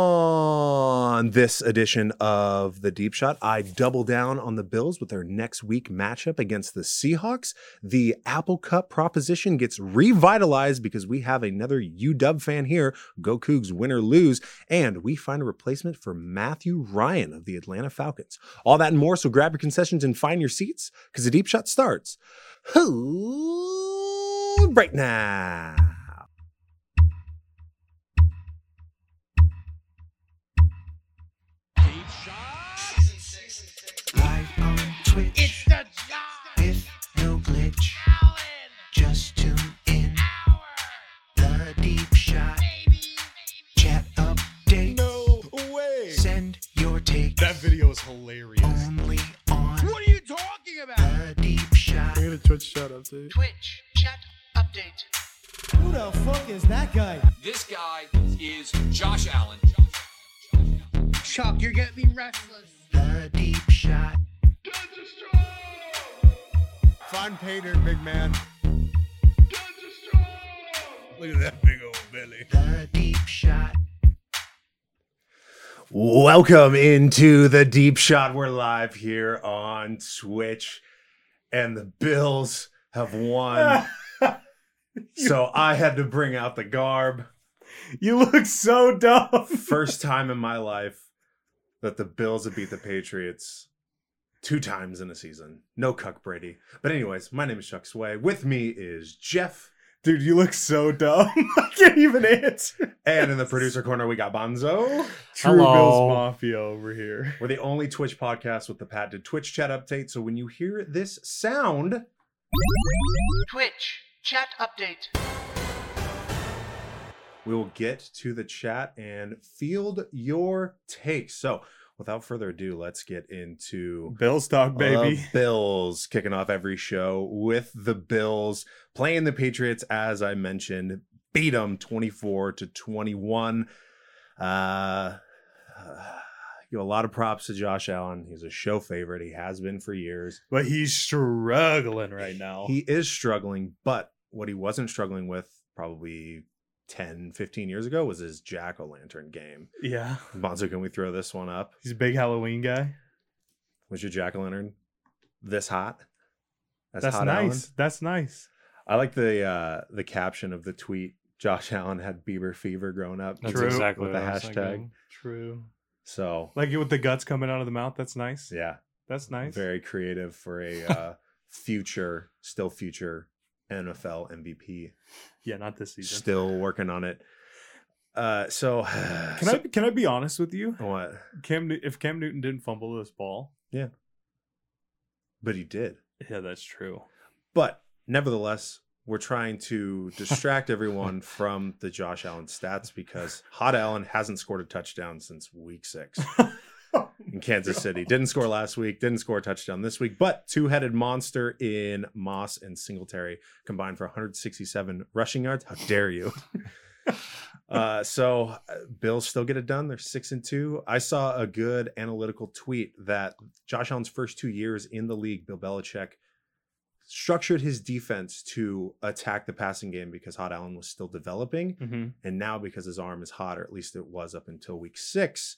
On this edition of the Deep Shot, I double down on the Bills with their next week matchup against the Seahawks. The Apple Cup proposition gets revitalized because we have another UW fan here. Go Cougs, win or lose, and we find a replacement for Matthew Ryan of the Atlanta Falcons. All that and more. So grab your concessions and find your seats because the Deep Shot starts right now. Live on Twitch the with no glitch. Just tune in. The deep shot. Chat update. No way. Send your take. That video is hilarious. Only on What are you talking about? the deep shot. I get a Twitch shout out too. Twitch chat update. Who the fuck is that guy? This guy is Josh Allen. Chuck, you're getting me restless. The deep shot. Find Pater, big man. Look at that big old belly. The deep shot. Welcome into the Deep Shot. We're live here on Twitch, and the Bills have won. so I had to bring out the garb. You look so dumb. First time in my life that the Bills have beat the Patriots two times in a season. No Cuck Brady. But, anyways, my name is Chuck Sway. With me is Jeff. Dude, you look so dumb. I can't even answer. And in the producer corner, we got Bonzo. True Hello. Bills Mafia over here. We're the only Twitch podcast with the patented Twitch chat update. So when you hear this sound, Twitch chat update. we will get to the chat and field your takes. So, without further ado, let's get into Bills talk, baby. the Bills kicking off every show with the Bills playing the Patriots, as I mentioned, beat them 24 to 21. Uh, you know, a lot of props to Josh Allen. He's a show favorite. He has been for years. but he's struggling right now. He is struggling, but what he wasn't struggling with probably 10, 15 years ago was his jack o' lantern game. yeah. Bonzo, can we throw this one up? He's a big Halloween guy. Was your jack o' lantern this hot? As That's hot, nice. Allen? That's nice. I like the uh, the caption of the tweet. Josh Allen had Bieber fever growing up. That's True. exactly with the what I was hashtag. thinking. True. So Like with the guts coming out of the mouth. That's nice. yeah, That's nice. very creative for a uh, future, still future NFL MVP. Yeah, not this season. Still working on it. Uh, so Can I can I be honest with you? What? Cam Newt- if Cam Newton didn't fumble this ball. But he did. Yeah, that's true. But nevertheless, we're trying to distract everyone from the Josh Allen stats because Hot Allen hasn't scored a touchdown since week six in Kansas City. Didn't score last week, didn't score a touchdown this week, but two headed monster in Moss and Singletary combined for 167 rushing yards. How dare you! Uh, so uh, Bills still get it done. They're six and two. I saw a good analytical tweet that Josh Allen's first two years in the league, Bill Belichick structured his defense to attack the passing game because Hot Allen was still developing, Mm-hmm. and now because his arm is hot, or at least it was up until week six,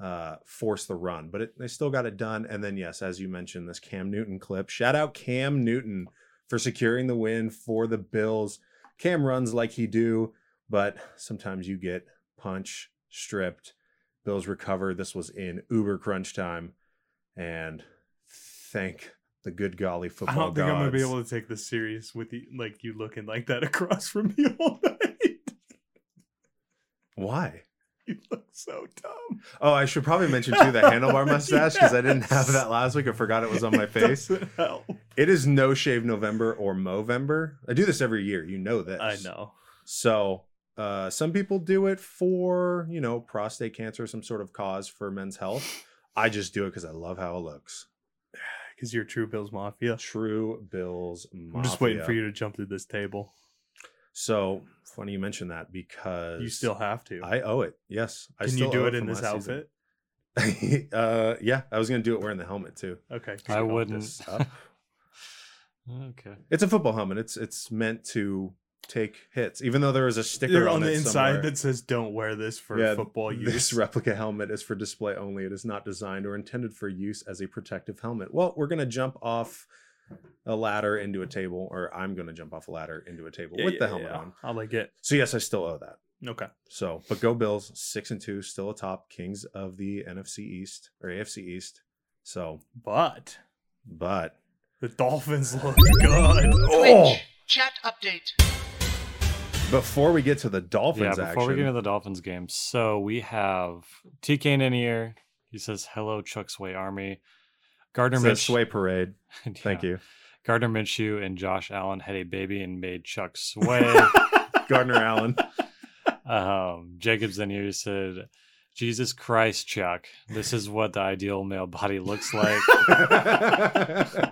uh, force the run. But it, they still got it done. And then yes, as you mentioned, this Cam Newton clip. Shout out Cam Newton for securing the win for the Bills. Cam runs like he do, but sometimes you get punch stripped. Bills recover. This was in uber crunch time, and thank the good golly football I don't think I'm gonna be Oh gods. able to take this serious with you, like you looking like that across from me all night. Why? You look so dumb. Oh, I should probably mention too the handlebar mustache because I didn't have that last week. I forgot it was on my face. doesn't help. It is no shave November or Movember. I do this every year. You know this. I know. So uh, some people do it for you know prostate cancer, some sort of cause for men's health. I just do it because I love how it looks. Because you're true Bills Mafia. True Bills. Mafia. I'm just waiting for you to jump through this table. So funny you mentioned that because You still have to. I owe it. Yes, I Can still you owe do it in from this last season. outfit? uh, yeah, I was gonna do it wearing the helmet too. Okay. Pick I all wouldn't. this up. Okay. It's a football helmet. It's it's meant to take hits, even though there was a sticker They're on, on, the it inside somewhere. that says "Don't wear this for Yeah, football use." This replica helmet is for display only. It is not designed or intended for use as a protective helmet. Well, we're gonna jump off a ladder into a table, or I'm gonna jump off a ladder into a table Yeah, with the yeah, helmet yeah. on. I like it. So yes, I still owe that. Okay. So, but go Bills, six and two, still atop Kings of the NFC East or AFC East. So, But but the Dolphins look good. Oh. Twitch chat update. before we get to the yeah, Dolphins before action, we get into the Dolphins game, so we have TK Ninier. He says, "Hello, Chuck Sway Army." Gardner it's that Minshew. sway parade. Thank you, Gardner Minshew and Josh Allen had a baby and made Chuck sway. Gardner Allen. um, Jacobs then here said, "Jesus Christ, Chuck, this is what the ideal male body looks like."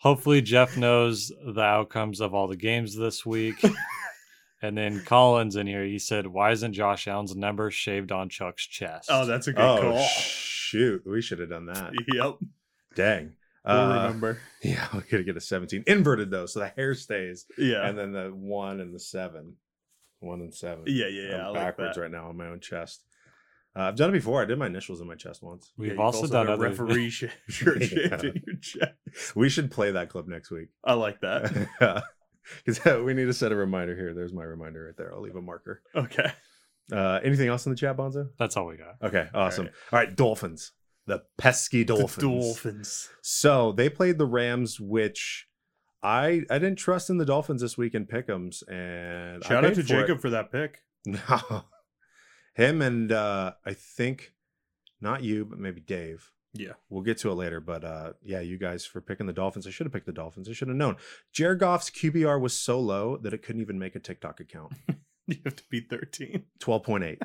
Hopefully, Jeff knows the outcomes of all the games this week. and then Collins in here, he said, "Why isn't Josh Allen's number shaved on Chuck's chest?" Oh, that's a good oh call. shoot, we should have done that. Yep. Dang. We'll Uh, remember. yeah, we could get a 17 inverted though, so the hair stays, Yeah. and then the one and the seven, one and seven. yeah, yeah, yeah. I'm I like backwards that. right now on my own chest. Uh, I've done it before. I did my initials in my chest once. We've Yeah, you've also, done a other. referee sh- shirt shaved Yeah. in your chest. We should play that clip next week I like that. because we need to set a reminder here. There's my reminder right there. I'll leave a marker. Okay. Uh, anything else in the chat, Bonzo? That's all we got. Okay, awesome. All right, Dolphins. The pesky The Dolphins. Dolphins. So they played the Rams, which I I didn't trust in the Dolphins this week in Pick'ems, and I Shout out paid to for it. Jacob for that pick. No, him and uh, I think not you, but maybe Dave. Yeah. we'll get to it later. But uh, yeah, you guys for picking the Dolphins. I should have picked the Dolphins. I should have known. Jared Goff's QBR was so low that it couldn't even make a TikTok account. You have to be 13. Twelve point eight.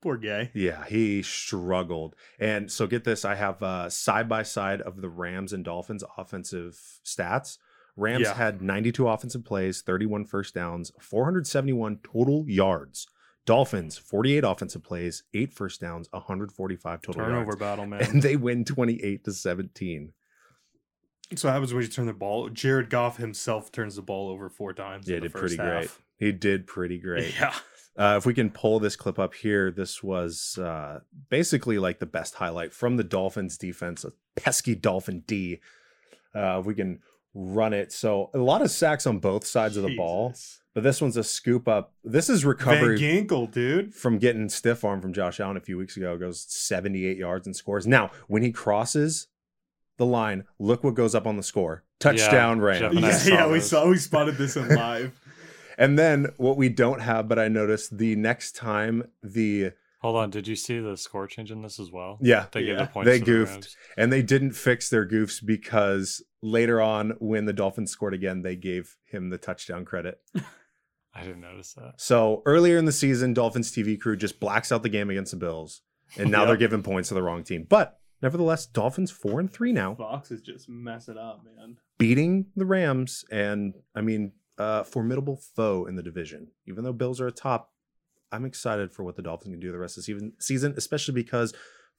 Poor guy. Yeah, he struggled. And so get this, I have uh side by side of the Rams and Dolphins offensive stats. Rams Yeah. had 92 offensive plays, 31 first downs, 471 total yards. Dolphins 48 offensive plays, 8 first downs, 145 total Turnover yards. battle, man. And they win 28 to 17. so that happens when you turn the ball. Jared Goff himself turns the ball over four times. Yeah, in he the did first pretty great. half. He did pretty great. Yeah. Uh, if we can pull this clip up here, this was uh, basically like the best highlight from the Dolphins defense, a pesky Dolphin D. Uh, if we can run it. So a lot of sacks on both sides of the ball, Jesus. but this one's a scoop up. This is recovery Van Ginkel, dude. from getting stiff arm from Josh Allen a few weeks ago. Goes 78 yards and scores. Now, when he crosses the line, look what goes up on the score. Touchdown Rams. Jeff and I Yeah, saw yeah, we this. saw we spotted this in live. And then what we don't have, but I noticed the next time the Hold on, did you see the score change in this as well? yeah They gave Yeah. the points. They to the goofed. Rams. And they didn't fix their goofs because later on, when the Dolphins scored again, they gave him the touchdown credit. I didn't notice that. So earlier in the season, Dolphins TV crew just blacks out the game against the Bills, and now they're Yep. giving points to the wrong team. But nevertheless, Dolphins four and three now, Fox is just messing up, man. beating the Rams, and I mean, uh, formidable foe in the division. Even though Bills are atop, I'm excited for what the Dolphins can do the rest of the season, season especially because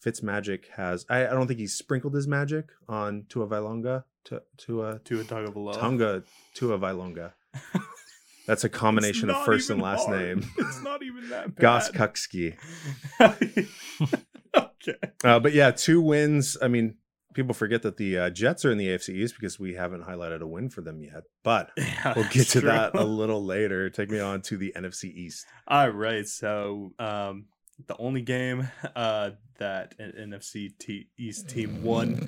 Fitzmagic has. I, I don't think he's sprinkled his magic on Tua Vailonga to uh, Tua To a tug of love. Tunga Tua Vailonga. That's a combination of first and last name. It's not even that Goss bad. Kuksky. okay. Uh, but yeah, two wins. I mean, people forget that the uh, Jets are in the AFC East because we haven't highlighted a win for them yet. But Yeah, we'll get that's to true. that a little later. Take me on to the NFC East. All right, so um, the only game uh, that an NFC te- East team won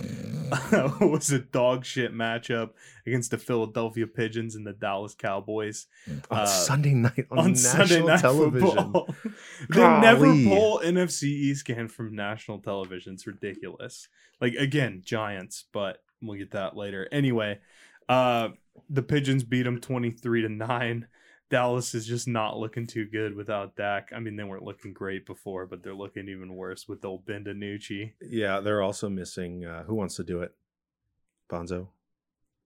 was a dog shit matchup against the Philadelphia Pigeons and the Dallas Cowboys On Uh, Sunday night on, on national Sunday Night television. Football. they never Golly. pull NFC East game from national television. It's ridiculous. Like again, Giants, but we'll get that later. Anyway, uh, the Pigeons beat them twenty three to nine. Dallas is just not looking too good without Dak. I mean, they weren't looking great before, but they're looking even worse with old Ben DiNucci. Yeah, they're also missing. Uh, who wants to do it? Bonzo.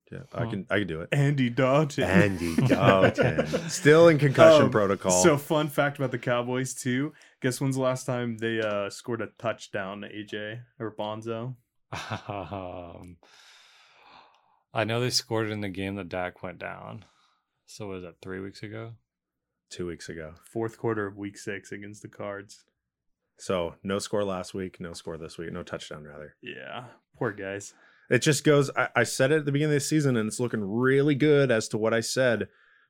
Yeah, I Huh. can. I can do it. Oh. Andy Dalton. Andy Dalton still in concussion Um, protocol. So fun fact about the Cowboys too. Guess when's the last time they uh, scored a touchdown, AJ or Bonzo? Um, I know they scored in the game that Dak went down. So what is that three weeks ago? two weeks ago. Fourth quarter of week six against the Cards. So no score last week, no score this week, no touchdown rather. Yeah, poor guys. It just goes. I, I said it at the beginning of the season, and it's looking really good as to what I said.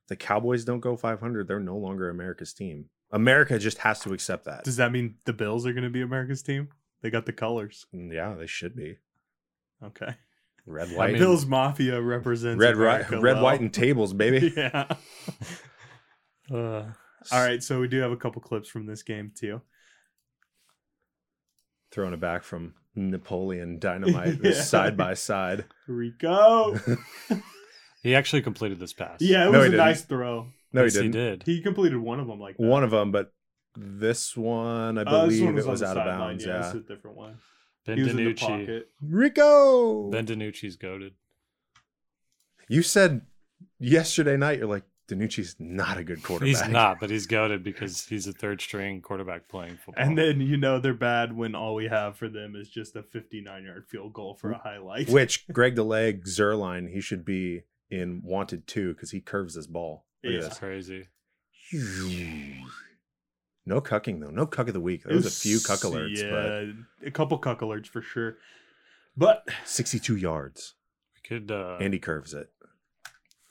The Cowboys don't go 500. They're no longer America's team. America just has to accept that. Does that mean the Bills are going to be America's team? They got the colors. Mm, yeah, they should be Okay. red, I white, mean- Bills Mafia represents red, ri- America red, well. white, and tables, baby. yeah. uh, all right, so we do have a couple clips from this game too. Throwing it back from Napoleon Dynamite Yeah. this side by side. Rico. He actually completed this pass. Yeah, it No, he was a didn't. nice throw. No, Yes, he didn't. did. He completed one of them like that. One of them, but this one I Uh, this believe one it on was the out of sideline, bounds. this Yeah, is a different one. ben He was in the DiNucci. pocket. Rico. Ben DiNucci's goaded. You said yesterday night, you're like, Danucci's not a good quarterback. He's not, but he's goaded because he's a third string quarterback playing football. And then you know they're bad when all we have for them is just a 59 yard field goal for a highlight. Which Greg DeLeg, Zerline, he should be in Wanted 2 because he curves his ball. Look at Yeah. it's crazy. this. No cucking, though. No cuck of the week. There was, a few cuck alerts, Yeah, a couple cuck alerts for sure. But but 62 yards. We could uh, Andy curves it.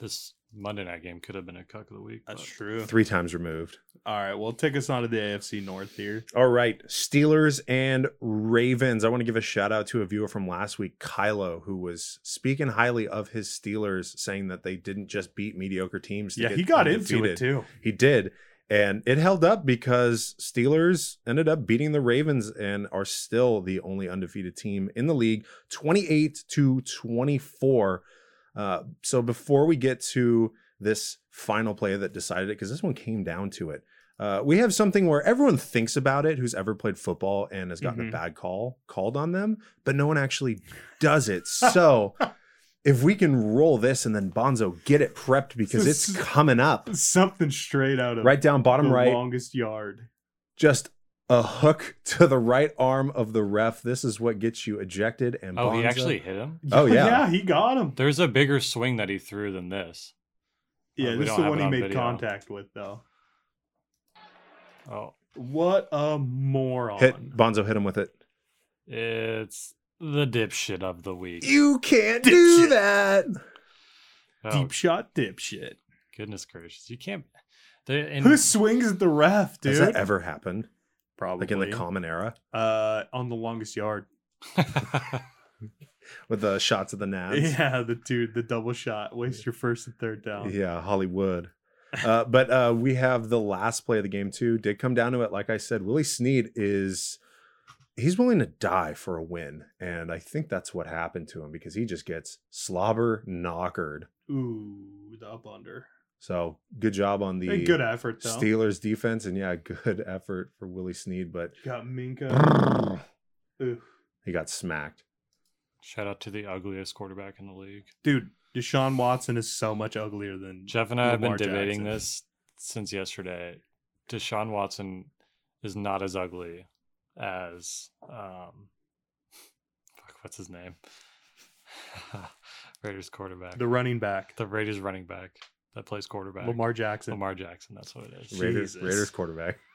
this Monday night game could have been a cuck of the week. that's but- true. Three times removed. All right, well, take us on to the AFC North here. All right. Steelers and Ravens. I want to give a shout out to a viewer from last week, Kylo, who was speaking highly of his Steelers, saying that they didn't just beat mediocre teams. to Yeah, get he got into undefeated. it too. He did. And it held up because Steelers ended up beating the Ravens and are still the only undefeated team in the league, 28 to 24. Uh, so before we get to this final play that decided it, because this one came down to it, uh, we have something where everyone thinks about it who's ever played football and has gotten Mhm. a bad call called on them, but no one actually does it. So if we can roll this and then Bonzo get it prepped because it's coming up Something straight out of right down bottom the right longest yard. just a hook to the right arm of the ref this is what gets you ejected and Oh, he Bonzo- actually hit him. Oh, yeah. yeah, he got him. There's a bigger swing that he threw than this. Yeah, we this is don't the have one it he on made video. contact with though. Oh, What a moron! hit bonzo hit him with it it's the dipshit of the week. you can't do Dipshit. that oh, Deep shot, dipshit. goodness gracious! You can't. They, and Who swings at the ref, dude? has that ever happened Probably like in the common era uh, on the longest yard. with the shots of the nabs Yeah, the dude, the double shot, waste your first and third down. Yeah, Hollywood. Uh, but uh, we have the last play of the game too. Did come down to it. Like I said, Willie Sneed is he's willing to die for a win, and I think that's what happened to him because he just gets slobber knockered. Ooh, the up under. So good job on Hey, the good effort though. Steelers defense, and yeah, good effort for Willie Sneed, but Got Minka. Ooh. he got smacked. shout out to the ugliest quarterback in the league. Dude, Deshaun Watson is so much uglier than Jeff and I have been Lamar debating Jackson. this since yesterday. Deshaun Watson is not as ugly as um, fuck, what's his name? Raiders quarterback, the the, running back, Raiders running back that plays quarterback, Lamar Jackson. Lamar Jackson. That's what it is. Raiders, Jesus. Raiders quarterback.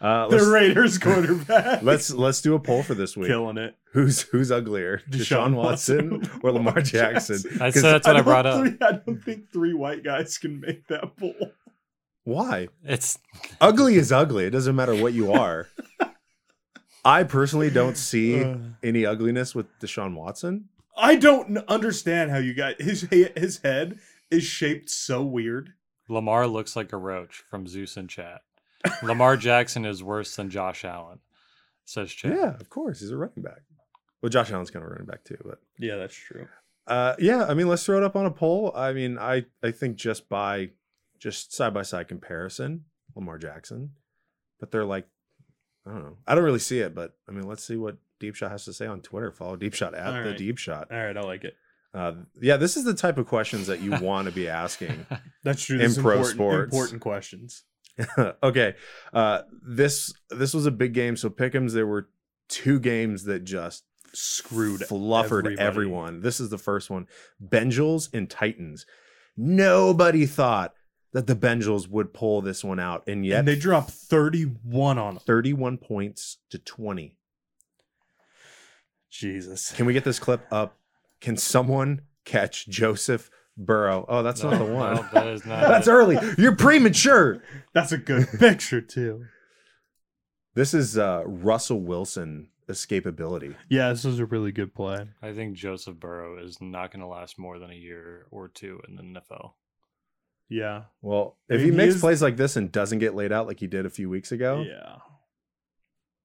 Uh, the let's, Raiders quarterback. let's let's do a poll for this week. killing it. Who's who's uglier, Deshaun, Deshaun Watson, Watson, or Lamar Lamar Jackson? Jackson. That's, 'Cause that's what I, don't brought up. thi- I don't think three white guys can make that bowl. Why? It's Ugly is ugly. It doesn't matter what you are. I personally don't see Uh. Uh. any ugliness with Deshaun Watson. I don't n- understand how you guys his he- his head is shaped so weird. Lamar looks like a roach from Zeus and Chat. Lamar Jackson is worse than Josh Allen, says Chat. Yeah, of course. He's a running back. Well, Josh Allen's kind of a running back too, but Yeah, that's true. uh, yeah, I mean, let's throw it up on a poll. I mean, I I think just by just side by side comparison, Lamar Jackson, but they're like, I don't know, I don't really see it, but I mean, let's see what Deep Shot has to say on Twitter. Follow Deep Shot at All the right. Deep Shot. All right, I like it. Uh, yeah, this is the type of questions that you want to be asking. That's true. In This is pro important, sports. important questions. okay, uh, this this was a big game. So Pickums, there were two games that just Screwed fluffered everybody. everyone. This is the first one: Bengals and Titans. Nobody thought that the Bengals would pull this one out, and yet And they dropped 31 on them. 31 points to 20. Jesus. Can we get this clip up? Can someone catch Joseph Burrow? Oh, that's not the one. No, that is not. that's it. early. You're premature. That's a good picture, too. This is uh, Russell Wilson escapability. Yeah, this was a really good play. I think Joseph Burrow is not going to last more than a year or two in the NFL. Yeah. Well, if I he mean, makes he is- plays like this and doesn't get laid out like he did a few weeks ago, Yeah.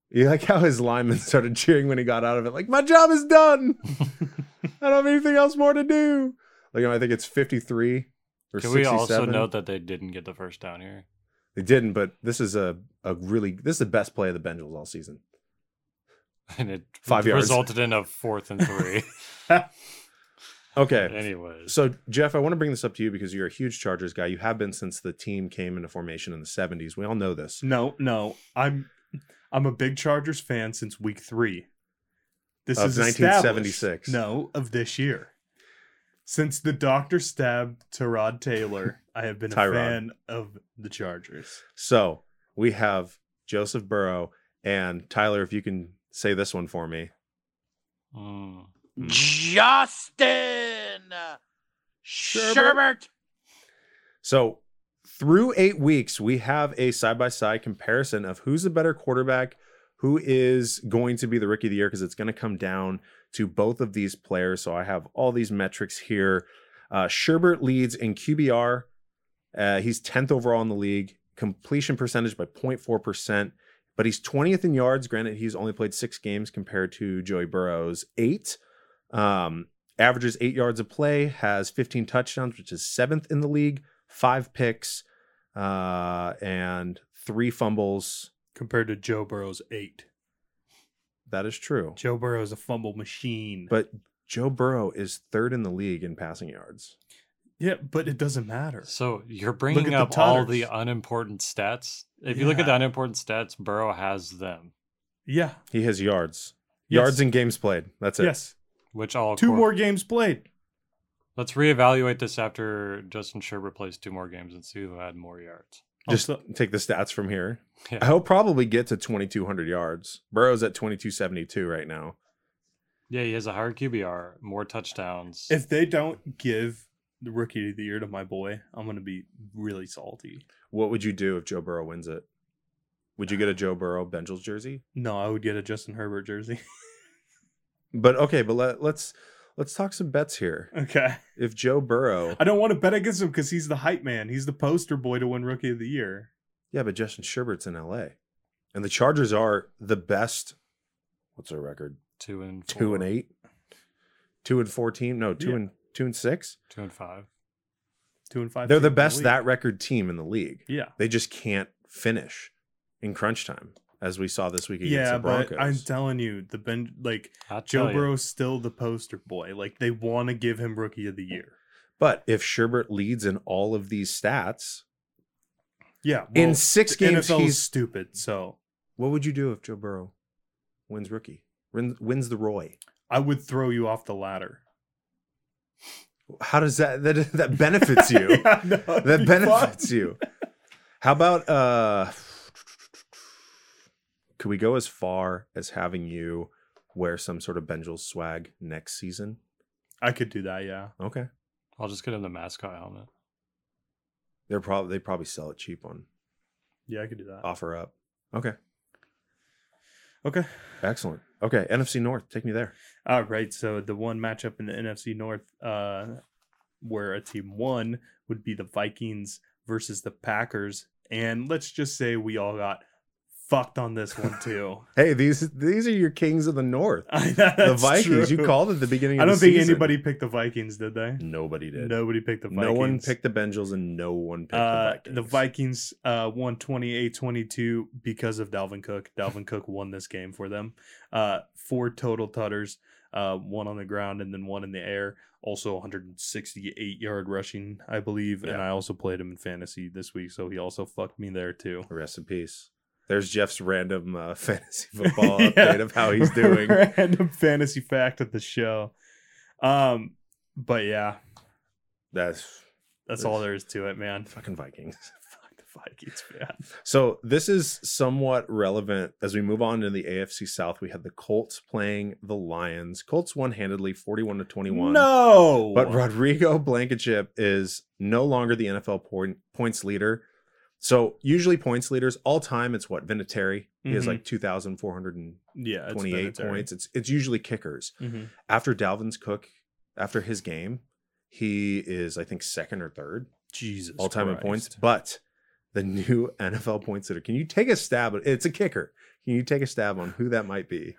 you like how his linemen started cheering when he got out of it, like, my job is done. I don't have anything else more to do. Like, you know, I think it's 53 or Can 67. we also note that they didn't get the first down here? They didn't, but this is a, a really this is the best play of the Bengals all season. And it Five yards. resulted in a fourth and three. Okay. Anyways. So Jeff, I want to bring this up to you because you're a huge Chargers guy. You have been since the team came into formation in the 70s. We all know this. No, no. I'm I'm a big Chargers fan since week three. This Of is 1976. established. No, of this year. Since the doctor stabbed Tyrod Taylor, I have been Tyrod. a fan of the Chargers. So we have Joseph Burrow and Tyler. If you can say this one for me, Mm. Justin Sherbert. so through eight weeks, we have a side by side comparison of who's the better quarterback, who is going to be the rookie of the year, because it's going to come down to both of these players. So I have all these metrics here. Uh, Sherbert leads in QBR. Uh, he's 10th overall in the league, completion percentage by 0.4%, but he's 20th in yards. Granted, he's only played six games compared to Joey Burrow's eight. Um, averages eight yards of play, has 15 touchdowns, which is seventh in the league, five picks, uh, and three fumbles. Compared to Joe Burrow's eight. That is true. Joe Burrow is a fumble machine. But Joe Burrow is third in the league in passing yards. yeah, but it doesn't matter. So you're bringing the up all the Tutters. unimportant stats. If you look at the Yeah. unimportant stats, Burrow has them, Yeah. He has yards. Yes. Yards and games played. That's it. Yes. which all Two cor- more games played. Let's reevaluate this after Justin Sherbert plays two more games and see who had more yards. Just Also- take the stats from here. Yeah. He'll probably get to 2,200 yards. Burrow's at 2,272 right now. Yeah, he has a higher QBR, more touchdowns. If they don't give the rookie of the year to my boy, I'm gonna be really salty. What would you do if Joe Burrow wins it? Would you get a Joe Burrow Bengals jersey? No, I would get a Justin Herbert jersey. But okay, but let, let's let's talk some bets here. okay. If Joe Burrow, I don't want to bet against him because he's the hype man. He's the poster boy to win rookie of the year. yeah, but Justin Sherbert's in L.A. and the Chargers are the best. What's their record? two and four, Two and eight, two and fourteen. No, two Yeah. and two and six. two and five. Two and five. They're the team in best league. that record team in the league. Yeah. They just can't finish in crunch time, as we saw this week against Yeah, the Broncos. but I'm telling you, the Ben like I'll Joe tell ya. Burrow's still the poster boy. Like they want to give him rookie of the year. But if Sherbert leads in all of these stats, Yeah. in six the games, NFL is he's. stupid. So What would you do if Joe Burrow wins rookie, win, wins the Roy? I would throw you off the ladder. How does that that that benefits you? Yeah, no, it'd That be benefits fun. you. How about uh? Could we go as far as having you wear some sort of Bengals swag next season? I could do that. Yeah. Okay, I'll just get him the mascot helmet. they're probably they probably sell it cheap on Yeah, I could do that. offer up. Okay, Okay. excellent. Okay, NFC North, take me there. All right. So the one matchup in the NFC North uh, where a team won would be the Vikings versus the Packers. And let's just say we all got fucked on this one, too. Hey, these these are your kings of the North. the Vikings, you called at the beginning. I Of don't the think season. anybody picked the Vikings, did they? Nobody did. Nobody picked the Vikings. No one picked the Bengals, and no one picked uh, the Vikings. the Vikings uh, won 28-22 because of Dalvin Cook. Dalvin Cook won this game for them. Uh, four total tutters, uh, one on the ground and then one in the air. Also 168 yard rushing, I believe. And Yeah. I also played him in fantasy this week, so he also fucked me there too. Rest in peace. There's Jeff's random uh, fantasy football Yeah. update of how he's doing. Random fantasy fact of the show. Um, but yeah, That's That's all there is to it, man. Fucking Vikings. Fuck the Vikings, man. So this is somewhat relevant as we move on to the AFC South. We had the Colts playing the Lions. Colts one-handedly, forty-one to twenty-one. No, But Rodrigo Blankenship is no longer the NFL point, points leader. So usually points leaders all time, it's what Vinatieri. He has Mhm. like two thousand four hundred and yeah, it's twenty-eight Vinatieri. points. It's it's usually kickers. Mhm. After Dalvin's Cook, after his game, he is I think second or third Jesus, all time in points. Christ. But the new NFL points leader, can you take a stab? at- It's a kicker. Can you take a stab on who that might be?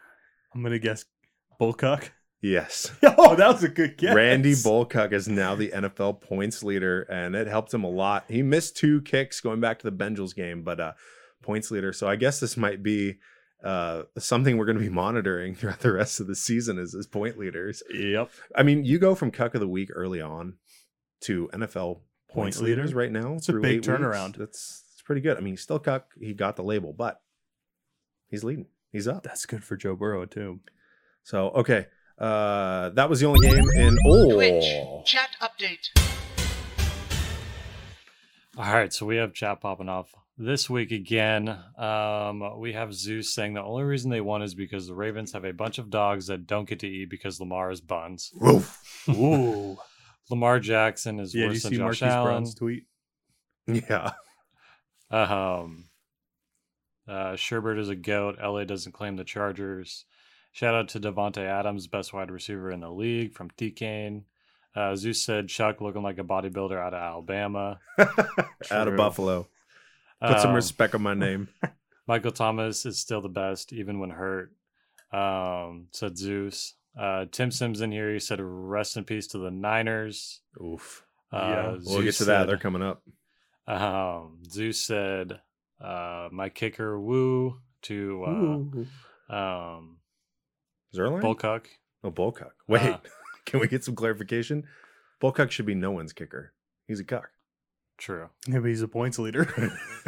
I'm gonna guess Bullcock. Yes. oh, that was a good guess. Randy Bolcuck is now the NFL points leader, and it helped him a lot. He missed two kicks going back to the Bengals game, but uh, points leader. So I guess this might be uh, something we're going to be monitoring throughout the rest of the season is his point leaders. Yep. I mean, you go from cuck of the week early on to NFL points Point leader. leaders right now. It's a through big eight weeks. turnaround. That's it's pretty good. I mean, he's still cuck. He got the label, but he's leading. He's up. That's good for Joe Burrow too. So okay, uh, that was the only game in oh. Twitch chat update. All right, so we have chat popping off this week again. Um, we have Zeus saying the only reason they won is because the Ravens have a bunch of dogs that don't get to eat because Lamar is buns. Ooh. Lamar Jackson is yeah, do you worse than see Josh Marquise Allen. Brown's tweet? Yeah. Um, uh, Sherbert is a goat. LA doesn't claim the Chargers. Shout out to Devonte Adams, best wide receiver in the league from T-Cane. Uh, Zeus said Chuck looking like a bodybuilder out of Alabama. Out True. of Buffalo. Put some Um, respect on my name. Michael Thomas is still the best, even when hurt. Um, said Zeus. Uh, Tim Sims in here. He said, "Rest in peace to the Niners." Oof. Uh, Yeah. We'll We'll get Zeus to that. said- They're coming up. Um, Zeus said, uh, "My kicker, woo." To uh, um, Zerline? Bullcock. oh, Bolcuck. Wait. Uh. Can we get some clarification? Bolcuck should be no one's kicker. He's a cuck. True. Yeah, but he's a points leader.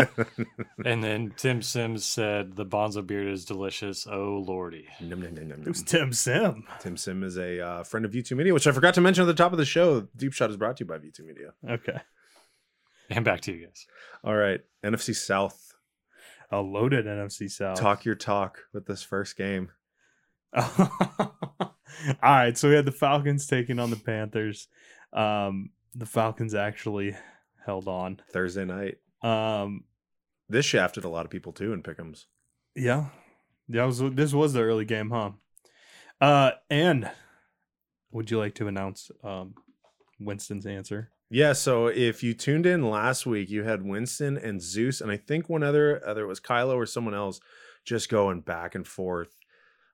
And then Tim Sims said, "The Bonzo beard is delicious." Oh lordy. Nom, nom, nom, nom, it nom. was Tim Sim. Tim Sim is a uh, friend of YouTube Media, which I forgot to mention at the top of the show. Deep Shot is brought to you by YouTube Media. Okay. And back to you guys. All right, NFC South, A loaded NFC South. talk your talk with this first game. All right, so we had the Falcons taking on the Panthers. Um, the Falcons actually held on. Thursday night. Um, This shafted a lot of people too in Pick'ems. yeah, that was this was the early game, huh? Uh, and would you like to announce um, Winston's answer? Yeah, so if you tuned in last week, you had Winston and Zeus, and I think one other, either it was Kylo or someone else, just going back and forth.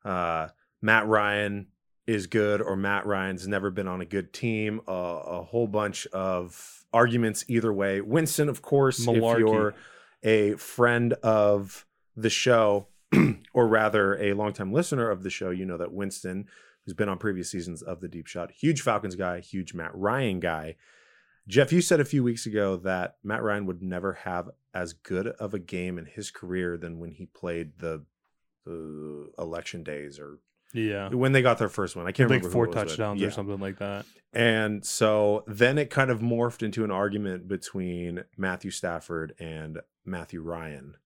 Uh, Matt Ryan is good, or Matt Ryan's never been on a good team. Uh, a whole bunch of arguments either way. Winston, of course, if you're Malarkey. a friend of the show, or rather a longtime listener of the show, you know that Winston, who's been on previous seasons of The Deep Shot, huge Falcons guy, huge Matt Ryan guy. Jeff, you said a few weeks ago that Matt Ryan would never have as good of a game in his career than when he played the uh, election days or Yeah, when they got their first one. I can't like remember who four it was with. touchdowns Yeah. or something like that. And so then it kind of morphed into an argument between Matthew Stafford and Matthew Ryan.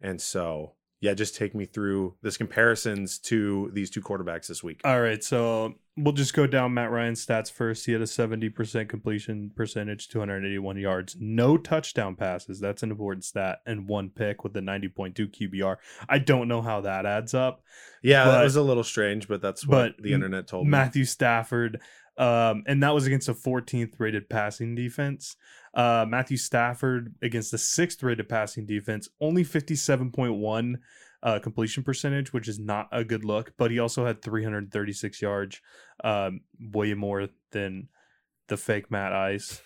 And so, yeah, just take me through this comparisons to these two quarterbacks this week. All right, so we'll just go down Matt Ryan's stats first. He had a 70% completion percentage, 281 yards, no touchdown passes. That's an important stat, and one pick with a 90.2 QBR. I don't know how that adds up. yeah, that but- was a little strange, but that's what but the internet told me. Matthew Stafford, um, and that was against a 14th rated passing defense. Uh, Matthew Stafford against the sixth rated passing defense, only 57.1 uh, completion percentage, which is not a good look. But he also had 336 yards, um, way more than the fake Matt Ice.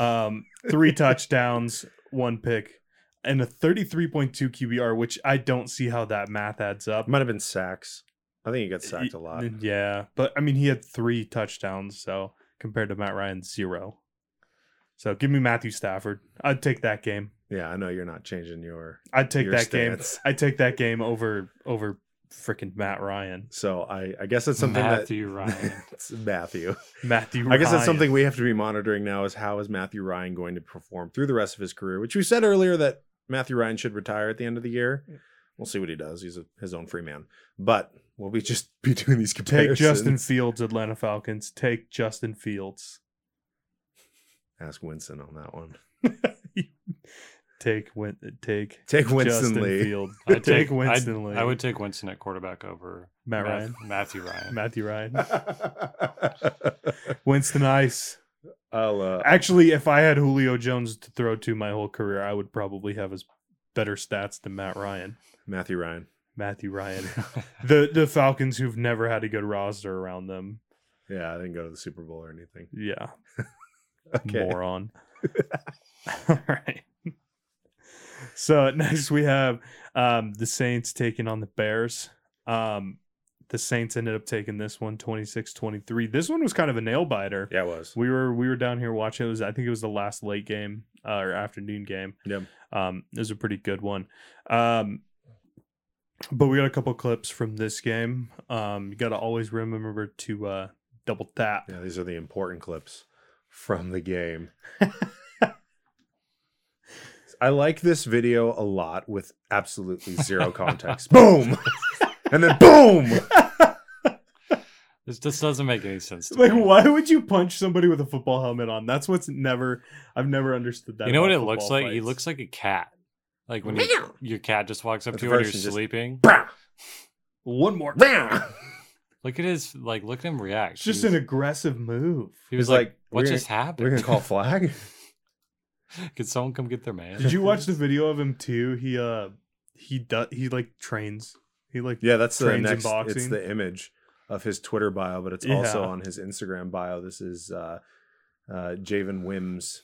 Um, three touchdowns, one pick, and a 33.2 QBR, which I don't see how that math adds up. Might have been sacks. I think he got sacked a lot. Yeah, but I mean, he had three touchdowns, so compared to Matt Ryan, zero. So give me Matthew Stafford. I'd take that game. Yeah, I know you're not changing your. I'd take Your that stance. game. I'd take that game over over freaking Matt Ryan, So I, I guess that's something Matthew that Ryan. It's Matthew. Matthew. I guess that's Ryan. something we have to be monitoring now is how is Matthew Ryan going to perform through the rest of his career, which we said earlier that Matthew Ryan should retire at the end of the year. We'll see what he does. He's a, his own free man. But we'll be just be doing these Take comparisons. Justin Fields, Atlanta Falcons. Take Justin Fields. Ask Winston on that one. Take Win. Take Take Winston Justin Lee. Field. I take, take Winston Lee. I would take Winston at quarterback over Matt Math- Ryan. Matthew Ryan. Matthew Ryan. I'll, Winston Ice. uh, Actually, if I had Julio Jones to throw to my whole career, I would probably have his better stats than Matt Ryan. Matthew Ryan. Matthew Ryan. the the Falcons who've never had a good roster around them. Yeah, I didn't go to the Super Bowl or anything. Yeah. Okay. Moron. All right. So next we have um, the Saints taking on the Bears. Um, the Saints ended up taking this one 26-23. This one was kind of a nail biter. Yeah, it was. We were we were down here watching. It was I think it was the last late game uh, or afternoon game. Yep. Um, it was a pretty good one. Um, but we got a couple clips from this game. Um, you got to always remember to uh, double tap. Yeah, these are the important clips from the game. I like this video a lot with absolutely zero context. boom! And then boom! this just doesn't make any sense. To Like, me. why would you punch somebody with a football helmet on? That's what's never. I've never understood that. You know what it about looks football like? He fights. looks like a cat. Like when your, your cat just walks up At the to you when first you're it's just- sleeping. one more. Look at his like. Look at him react. It's just he was, an aggressive move. he was He's like, like, "What we're- just happened? We're gonna call flag. Could someone come get their man?" Did you watch the video of him too? He uh, he does. He like trains. He like Yeah, that's the Trains in next. It's boxing. the image of his Twitter bio, but it's also Yeah. on his Instagram bio. This is uh, uh, Javen Wims,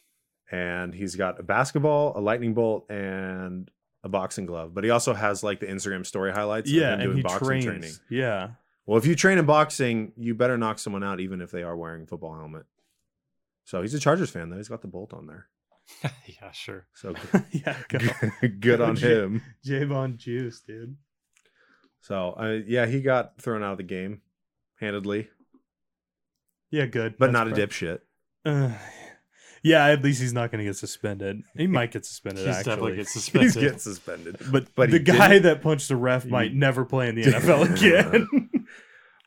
and he's got a basketball, a lightning bolt, and a boxing glove. But he also has like the Instagram story uh, highlights. of yeah, him and he trains. Yeah, Well, if you train in boxing, you better knock someone out, even if they are wearing a football helmet. So he's a Chargers fan, though. He's got the bolt on there. yeah, sure. So yeah, go. good, good on him. Javon Juice, dude. So uh, yeah, he got thrown out of the game handedly, Yeah, good, but That's not a fair. dipshit. Uh, yeah, at least he's not going to get suspended. He might get suspended. He's definitely actually, get He's suspended. getting suspended. but but the he guy didn't. that punched the ref He- might never play in the NFL again.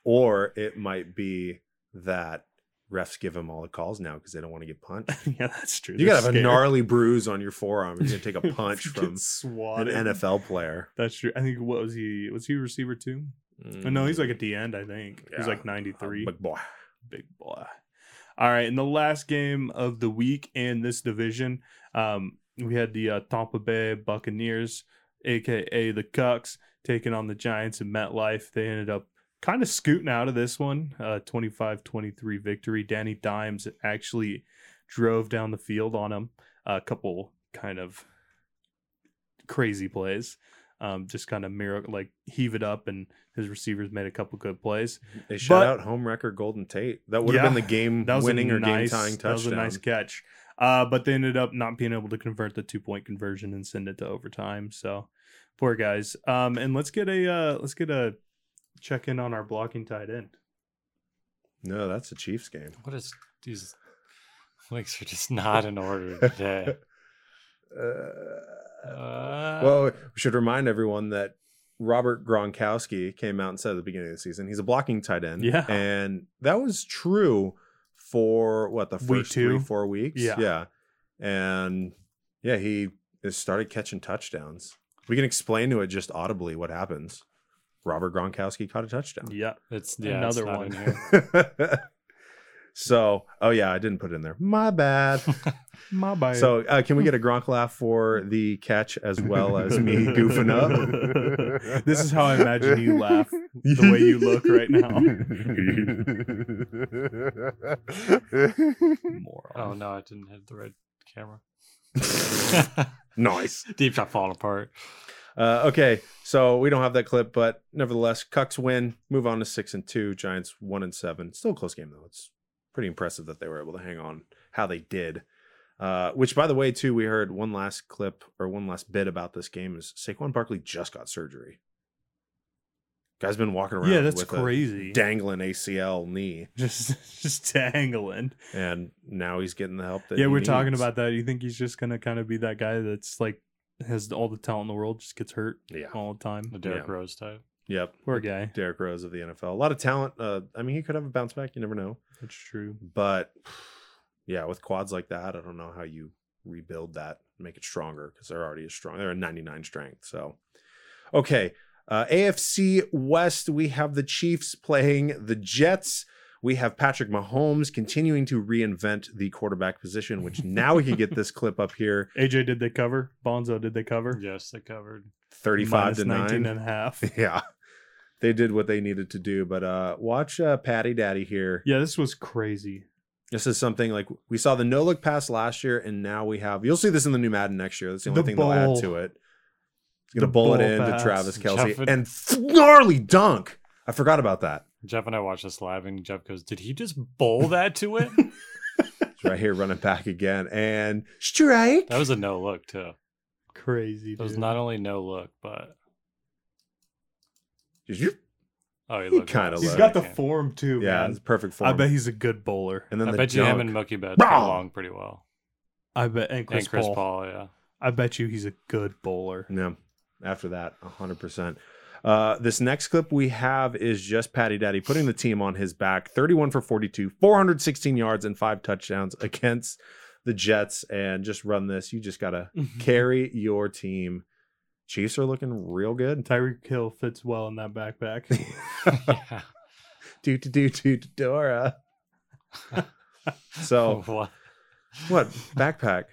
Or it might be that refs give him all the calls now because they don't want to get punched. yeah, that's true. You They're gotta have a scared. gnarly bruise on your forearm. You're gonna take a punch Get from an swatted. NFL player. That's true. I think what was he? Was he a receiver too? Oh, no, he's like at the end. I think he's Yeah. like ninety three. Mm, Big boy. big boy. All right, in the last game of the week in this division, um, we had the uh, Tampa Bay Buccaneers, aka the Cucks, taking on the Giants in MetLife. They ended up kind of scooting out of this one, uh, 25-23 victory. Danny Dimes actually drove down the field on him. A couple kind of crazy plays. Um, just kind of miracle, like heave it up, and his receivers made a couple good plays. They shut But- out home record Golden Tate. That would have Yeah. been the game That was winning a or game nice, tying That was a touchdown. nice catch. Uh, but they ended up not being able to convert the two point conversion and send it to overtime. So poor guys. Um, and let's get a uh, let's get a check in on our blocking tight end. no, that's a Chiefs game. what is these links are just not in order today. Uh, Uh, well, we should remind everyone that Robert Gronkowski came out and said at the beginning of the season he's a blocking tight end. Yeah. and that was true for what the first Week three two? four weeks. Yeah. yeah, and yeah, he has started catching touchdowns. We can explain to it just audibly what happens. Robert Gronkowski caught a touchdown. Yeah, it's yeah, another another one. one. in here. so, oh yeah, I didn't put it in there. My bad. my bad. So, uh, can we get a Gronk laugh for the catch as well as me goofing up? this is how I imagine you laugh the way you look right now. Moron. Oh no, I didn't hit the right camera. Nice. Deep shot falling apart. Uh, okay, so we don't have that clip, but nevertheless, Cucks win. Move on to six and two. Giants one and seven. Still a close game though. It's pretty impressive that they were able to hang on. How they did. Uh, which, by the way, too, we heard one last clip or one last bit about this game is Saquon Barkley just got surgery. Guy's been walking around. yeah, that's with a crazy. dangling ACL knee, just just dangling. and now he's getting the help that. yeah, he we're talking needs. about that. You think he's just gonna kind of be that guy that's like has all the talent in the world, just gets hurt Yeah. all the time. The Derrick Yeah. Rose type. Yep. Poor guy. Derrick Rose of the NFL. A lot of talent. Uh, I mean, he could have a bounce back. You never know. That's true. But yeah, with quads like that, I don't know how you rebuild that, make it stronger because they're already as strong. They're a 99 strength. So, okay. Uh, AFC West, we have the Chiefs playing the Jets. We have Patrick Mahomes continuing to reinvent the quarterback position, which now we can get this clip up here AJ, did they cover? Bonzo, did they cover? Yes, they covered. 35 to 9. 19 and a half. yeah. They did what they needed to do, but uh watch uh Patty Daddy here. yeah, this was crazy. This is something like we saw the no look pass last year, and now we have. You'll see this in the new Madden next year. That's the only The thing they'll ball. add to it. He's gonna The bullet ball in to pass. Travis Kelsey Jeff- and gnarly dunk. I forgot about that. Jeff and I watched this live, and Jeff goes, "Did he just bowl that to it?" It's right here, running back again and strike. that was a no look too. Crazy. It was dude. not only no look, but oh, He he, looked kinda nice. He's look. got the Okay. form too, yeah, man. it's perfect form. I bet he's a good bowler. and then I the bet you him and dunk. Mookie Betts get Wow. along pretty well. I bet and Chris, and Chris Paul. Paul. yeah. I bet you he's a good bowler. No, after that, hundred percent. Uh, this next clip we have is just Patty Daddy putting the team on his back, 31 for 42, 416 yards and five touchdowns against the Jets. And just run this. You just gotta Mm-hmm. carry your team. Chiefs are looking real good. Tyreek Hill fits well in that backpack. yeah. Do to do do to Dora. so What? what backpack?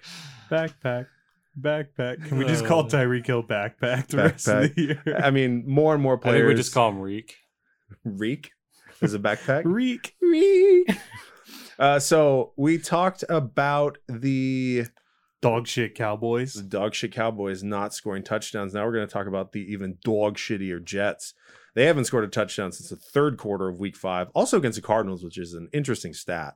backpack. Backpack. Can we just call Uh, Tyreek Hill backpack the rest of the year? I mean, more and more I players. think we just call him Reek. Reek as a backpack. Reek. Uh, so we talked about the Dog shit Cowboys. dog shit Cowboys not scoring touchdowns. Now we're going to talk about the even dog shittier Jets. They haven't scored a touchdown since the third quarter of Week Five, also against the Cardinals, which is an interesting stat.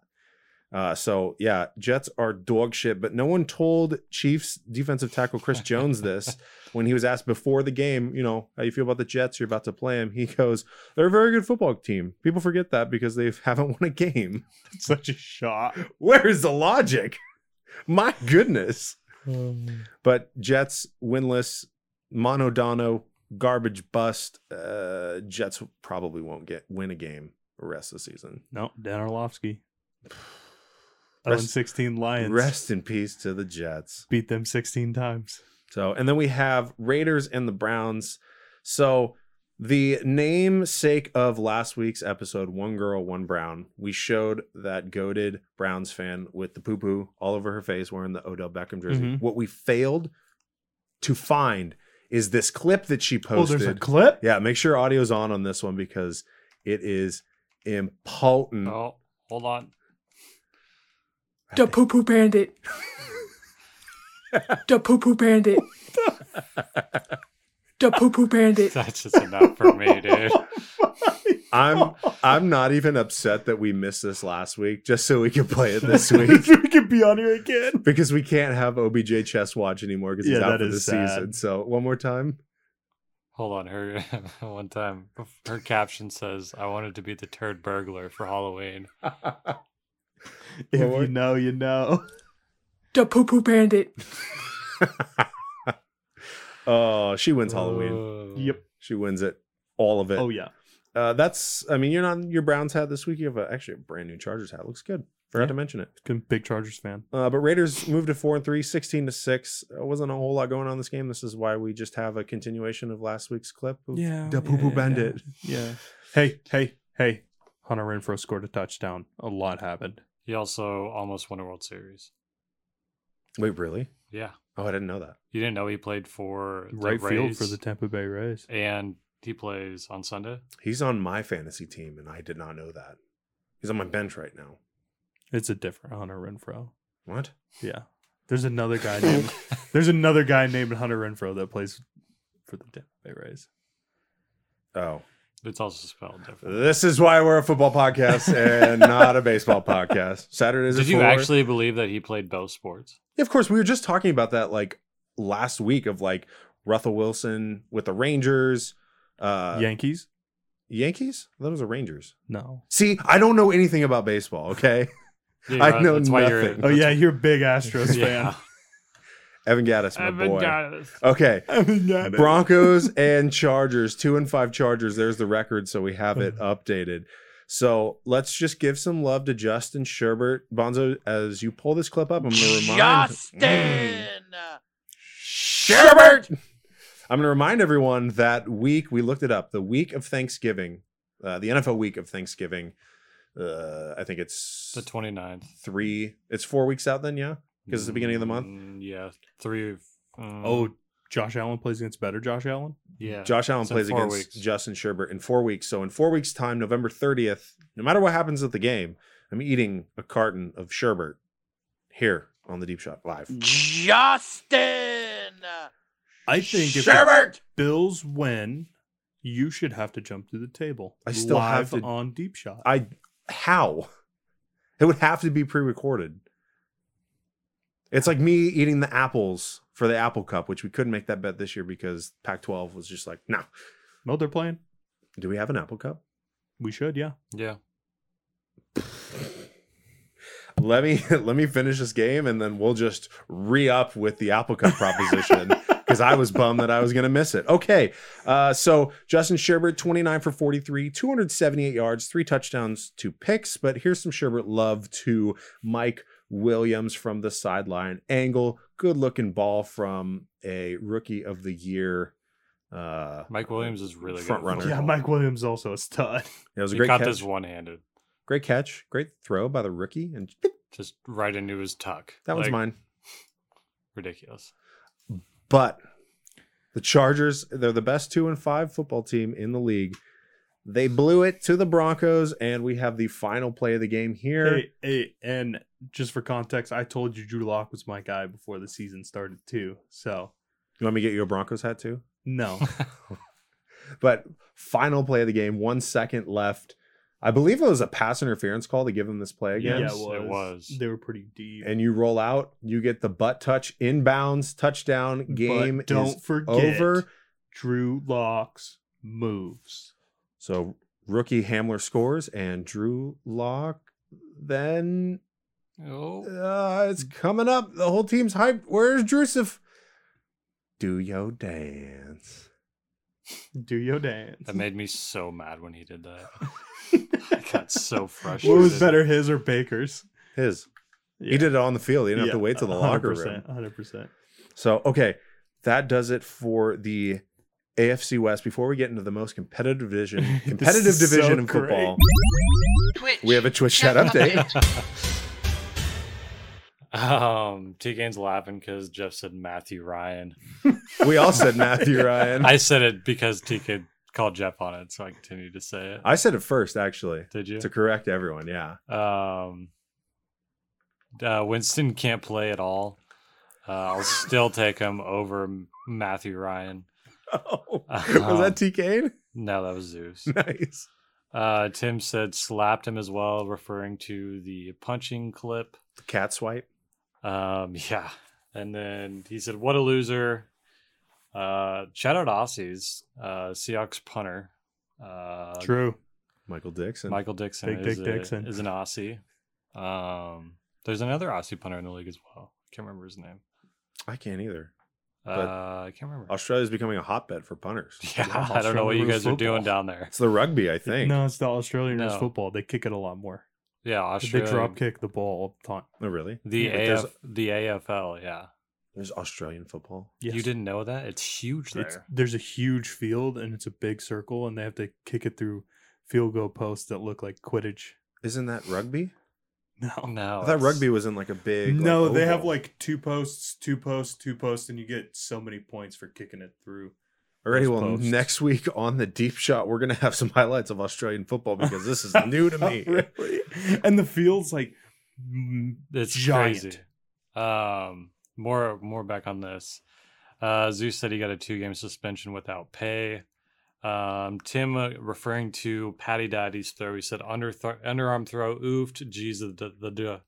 Uh, so yeah, Jets are dog shit, but no one told Chiefs defensive tackle Chris Jones this when he was asked before the game, you know, how you feel about the Jets? You're about to play him. He goes, "They're a very good football team. People forget that because they haven't won a game." Such a shot. Where is the logic? My goodness. But Jets winless, monodono, garbage bust. Uh, Jets probably won't get win a game the rest of the season. No, Dan Orlovsky. Rest- 0-16 Lions. Rest in peace to the Jets. Beat them 16 times. So, and then we have Raiders and the Browns. So, the namesake of last week's episode, One Girl, One Brown, we showed that goaded Browns fan with the poo poo all over her face wearing the Odell Beckham jersey. Mhm. What we failed to find is this clip that she Oh, posted. there's a clip? yeah, make sure audio's on on this one because it is important. Oh, hold on. The poo poo bandit. the poo poo bandit. the poo poo bandit. That's just enough for me, dude. I'm I'm not even upset that we missed this last week just so we could play it this we week. can be on here again. because we can't have OBJ chess watch anymore because he's Yeah, out that for the is sad. season. So one more time. Hold on. Her one time, her caption says, "I wanted to be the turd burglar for Halloween." If Lord. you know, you know. The poo poo bandit. Oh, she wins Halloween. Yep. She wins it. All of it. Uh, Oh, yeah. Uh, that's I mean, you're not in your Browns hat this week. You have a, actually a brand new Chargers hat. Looks good. Forgot Yeah. to mention it. Good- Big Chargers fan. Uh, but Raiders moved to four and three, 16 to six. Uh, wasn't a whole lot going on this game. This is why we just have a continuation of last week's clip. Of Da Poo Poo Bandit. Yeah. Hey, hey, hey. Hunter Renfro scored a touchdown. A lot happened. He also almost won a World Series. Wait, really? Yeah. Oh, I didn't know that. You didn't know he played for the Right field for Rays, the Tampa Bay Rays. and he plays on Sunday. He's on my fantasy team, and I did not know that. He's on my bench right now. It's a different Hunter Renfro. What? Yeah. There's another guy named There's another guy named Hunter Renfro that plays for the Tampa Bay Rays. Oh. It's also spelled different. This Uh, is why we're a football podcast and not a baseball podcast. Saturdays. Did at you four. actually believe that he played both sports? Yeah, Of course, we were just talking about that like last week of like Russell Wilson with the Rangers, uh, Yankees? Yankees? I thought it was the Rangers. No. See, I don't know anything about baseball, okay? Yeah, I know that's why you're- nothing. Oh yeah, you're a big Astros Yeah. fan. Evan Gaddis, my Evan boy. Gaddis. Okay. I mean, yeah. Broncos and Chargers, two and five Chargers. There's the record, so we have it updated. So let's just give some love to Justin Sherbert. Bonzo, as you pull this clip up, I'm going to remind Mm. Justin. Sherbert. I'm going to remind everyone that week we looked it up. The week of Thanksgiving, uh, the NFL week of Thanksgiving. Uh, I think it's The 29th. three. It's four weeks out then, yeah. Because it's the beginning of the month. Mm, yeah. Three. um, Oh, Josh Allen plays against better Josh Allen. yeah. Josh Allen It's in plays four against weeks. Justin Sherbert in four weeks. So in four weeks' time, November 30th, no matter what happens at the game, I'm eating a carton of Sherbert here on the Deep Shot Live. Mm. Justin. I think if the Sherbert. Bills win, you should have to jump to the table. I still live have to- on deep shot. I how? It would have to be pre-recorded. It's like me eating the apples for the Apple Cup, which we couldn't make that bet this year because Pac-12 was just like, no. no, they're playing. Do we have an Apple Cup? We should, yeah. Yeah. Let me let me finish this game and then we'll just re-up with the Apple Cup proposition. because I was bummed that I was going to miss it. Okay. Uh, so Justin Sherbert, 29 for 43, 278 yards, three touchdowns, two picks. But here's some Sherbert love to Mike Williams from the sideline angle. Good looking ball from a rookie of the year. Uh, Mike Williams is really Front good. at runner. football. Yeah, Mike Williams also a stud. it was a He great caught catch. this one handed, Great catch. Great throw by the rookie. And just right into his tuck. that one's Like, mine. Ridiculous. But the Chargers, they're the best two and five football team in the league. They blew it to the Broncos, and we have the final play of the game here. Hey, hey, and just for context, I told you Drew Lock was my guy before the season started too. So You want me to get you a Broncos hat too? no, But final play of the game, one second left. I believe it was a pass interference call to give them this play again. Yes, it was. They were pretty deep. And you roll out, you get the butt touch, inbounds, touchdown, But game don't is forget over. Drew Locke's moves. So rookie Hamler scores, and Drew Lock then Oh. Uh, it's coming up. The whole team's hyped. Where's Drusif? Do yo dance. Do your dance. That made me so mad when he did that. I got so frustrated. what was better, his or Baker's? His. Yeah. He did it on the field. He didn't have to Yeah, wait till the locker 100%, room. 100%. So, okay. That does it for the AFC West. Before we get into the most competitive division, This competitive is so division in great. football, Twitch. we have a Twitch chat update. Um, T Gain's laughing because Jeff said Matthew Ryan. we all said Matthew Ryan. I, I said it because TK called Jeff on it, so I continued to say it. said it first, actually, Did you? to correct everyone. Yeah. Um, uh, Winston can't play at all. Uh, I'll still take him over M- Matthew Ryan. Oh, Uh-huh. was that TK? No, that was Zeus. Nice. Uh, Tim said slapped him as well, referring to the punching clip. Cat swipe. Um, yeah. And then he said, What a loser. Uh, shout out Aussies, uh, Seahawks punter. Uh, True. Michael Dixon. Michael Dixon, Big is, Dick a- Dixon. is an Aussie. Um, there's another Aussie punter in the league as well. Can't remember his name. I can't either. But- Uh, I can't remember. Australia's becoming a hotbed for punters. yeah, I don't know what you guys are doing down there. It's the rugby, I think. No, it's the Australian No. football. They kick it a lot more. Yeah, Australia. They drop kick the ball all the time. Oh, really? The Yeah, but AF, there's, the AFL. Yeah, there's Australian football. Yes. you didn't know that? It's huge there. It's, there's a huge field and it's a big circle, and they have to kick it through field goal posts that look like Quidditch. Isn't that rugby? No, no, I thought it's- rugby was in like a big. like, no, they have oval. like two posts, two posts, two posts, and you get so many points for kicking it through. Alrighty, those well, posts. next week on the Deep Shot, we're gonna have some highlights of Australian football because this is new to me. Oh, Really? And the field's like mm, It's giant. crazy. Um, more more back on this. Uh, Zeus said he got a two game suspension without pay. Um, Tim uh, referring to Patty Daddy's throw. He said under th- underarm throw. Oofed. Geez, the the, the duh.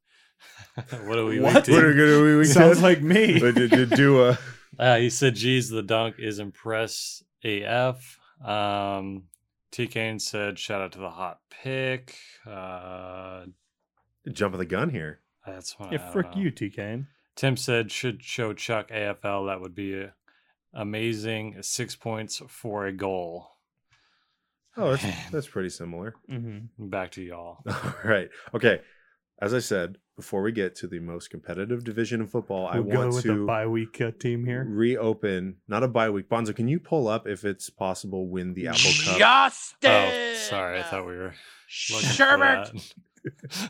what are we? What? waiting? What are we gonna do? We Sounds said- like me. But did you do a Uh, he said, "Geez, the dunk is impress AF." Um, T Kane said, shout out to the hot pick. Uh, Jump of the gun here. that's one. I Yeah, don't frick know. you, T Kane. Tim said, should show Chuck AFL. That would be uh, amazing. Six points for a goal. Oh, that's that's pretty similar. Mm-hmm. Back to y'all. All right. Okay. As I said, before we get to the most competitive division in football, I want with to a bye week uh, team here. reopen, not a bye week. Bonzo, can you pull up if it's possible when the Apple Cup? Justin. Oh, sorry. I thought we were. looking for Sherbert. that.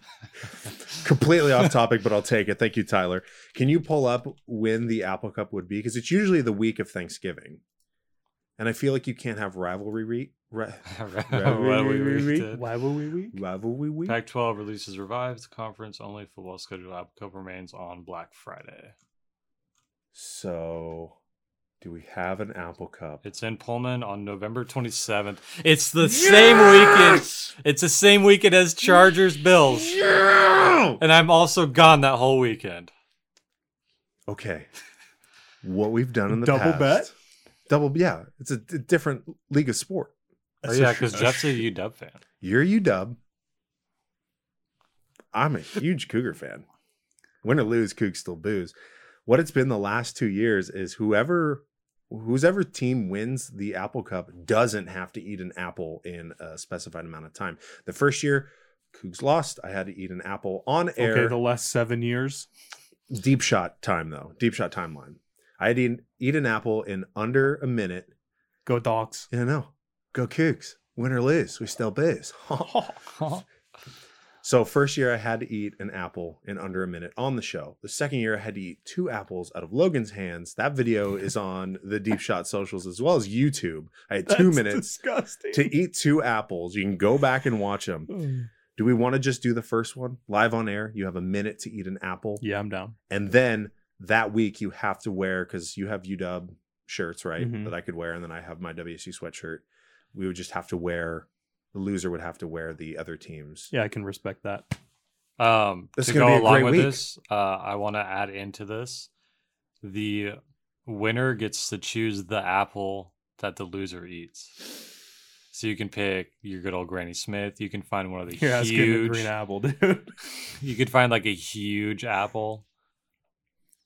Completely off topic, but I'll take it. Thank you, Tyler. Can you pull up when the Apple Cup would be? Because it's usually the week of Thanksgiving, and I feel like you can't have rivalry re- re- Well, we reached it. Why will we week? rivalry week. Pac 12 releases revives. Conference only football schedule app cup remains on Black Friday. So, do we have an Apple Cup? It's in Pullman on November 27th. It's the same weekend. It's the same weekend as Chargers Bills. And I'm also gone that whole weekend. Okay. What we've done in the Double past- bet? Double yeah. It's a, d- different league of sport. oh, yeah, because Jeff's a UW fan. You're a UW. I'm a huge Cougar fan. Win or lose, Cougs still booze. What it's been the last two years is whoever whosever team wins the Apple Cup doesn't have to eat an apple in a specified amount of time. The first year, Cougs lost. I had to eat an apple on air. Okay, the last seven years. deep shot time though deep shot timeline i had eaten eat an apple in under a minute Go dogs. yeah no go kicks win or lose we still biz so first year i had to eat an apple in under a minute on the show the second year i had to eat two apples out of logan's hands that video is on the deep shot socials as well as youtube i had two That's minutes Disgusting. to eat two apples you can go back and watch them do we want to just do the first one live on air you have a minute to eat an apple Yeah, I'm down. and then that week you have to wear because you have UW shirts, right? Mhm. That I could wear, and then I have my WSU sweatshirt. We would just have to wear the loser would have to wear the other team's. Yeah, I can respect that. Um, This to is gonna go be a along great with week. this, uh, I want to add into this: the winner gets to choose the apple that the loser eats. So you can pick your good old Granny Smith. You can find one of the You're asking a huge. green apple, dude. You could find like a huge apple.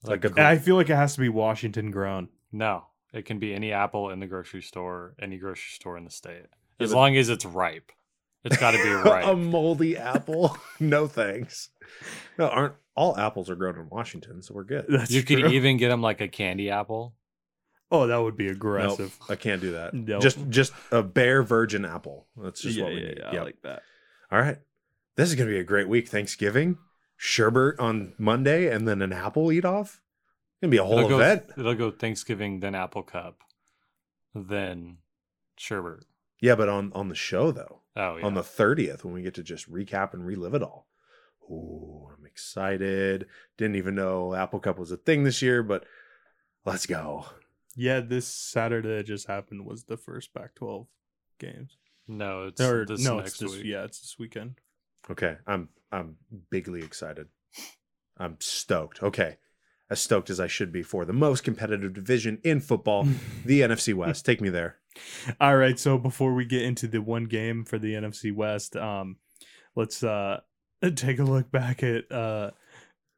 Like a- And I feel like it has to be Washington grown. no, it can be any apple in the grocery store, any grocery store in the state, Yeah, as but- Um, long as it's ripe. It's got to be ripe. a moldy apple? no thanks. No, aren't all apples are grown in Washington, so we're good. That's you could true. even get them like a candy apple. Oh, that would be Nope, aggressive. I can't do that. Nope. Just just a bare virgin apple. That's just what we need. I Yep. like that. All right. This is going to be a great week. Thanksgiving, sherbet on Monday, and then an apple eat off. Going to be a whole it'll event. Go, it'll go Thanksgiving, then Apple Cup, then sherbet. Yeah, but on on the show though, Oh yeah. on the thirtieth when we get to just recap and relive it all. Ooh, I'm excited. Didn't even know Apple Cup was a thing this year, but let's go. Yeah, this Saturday that just happened was the first Pac-12 games. no, it's Or this no, next it's this week. yeah, it's this weekend. Okay, I'm I'm bigly excited. I'm stoked. Okay, as stoked as I should be for the most competitive division in football, the NFC West. Take me there. All right, so before we get into the one game for the NFC West, um, let's uh take a look back at uh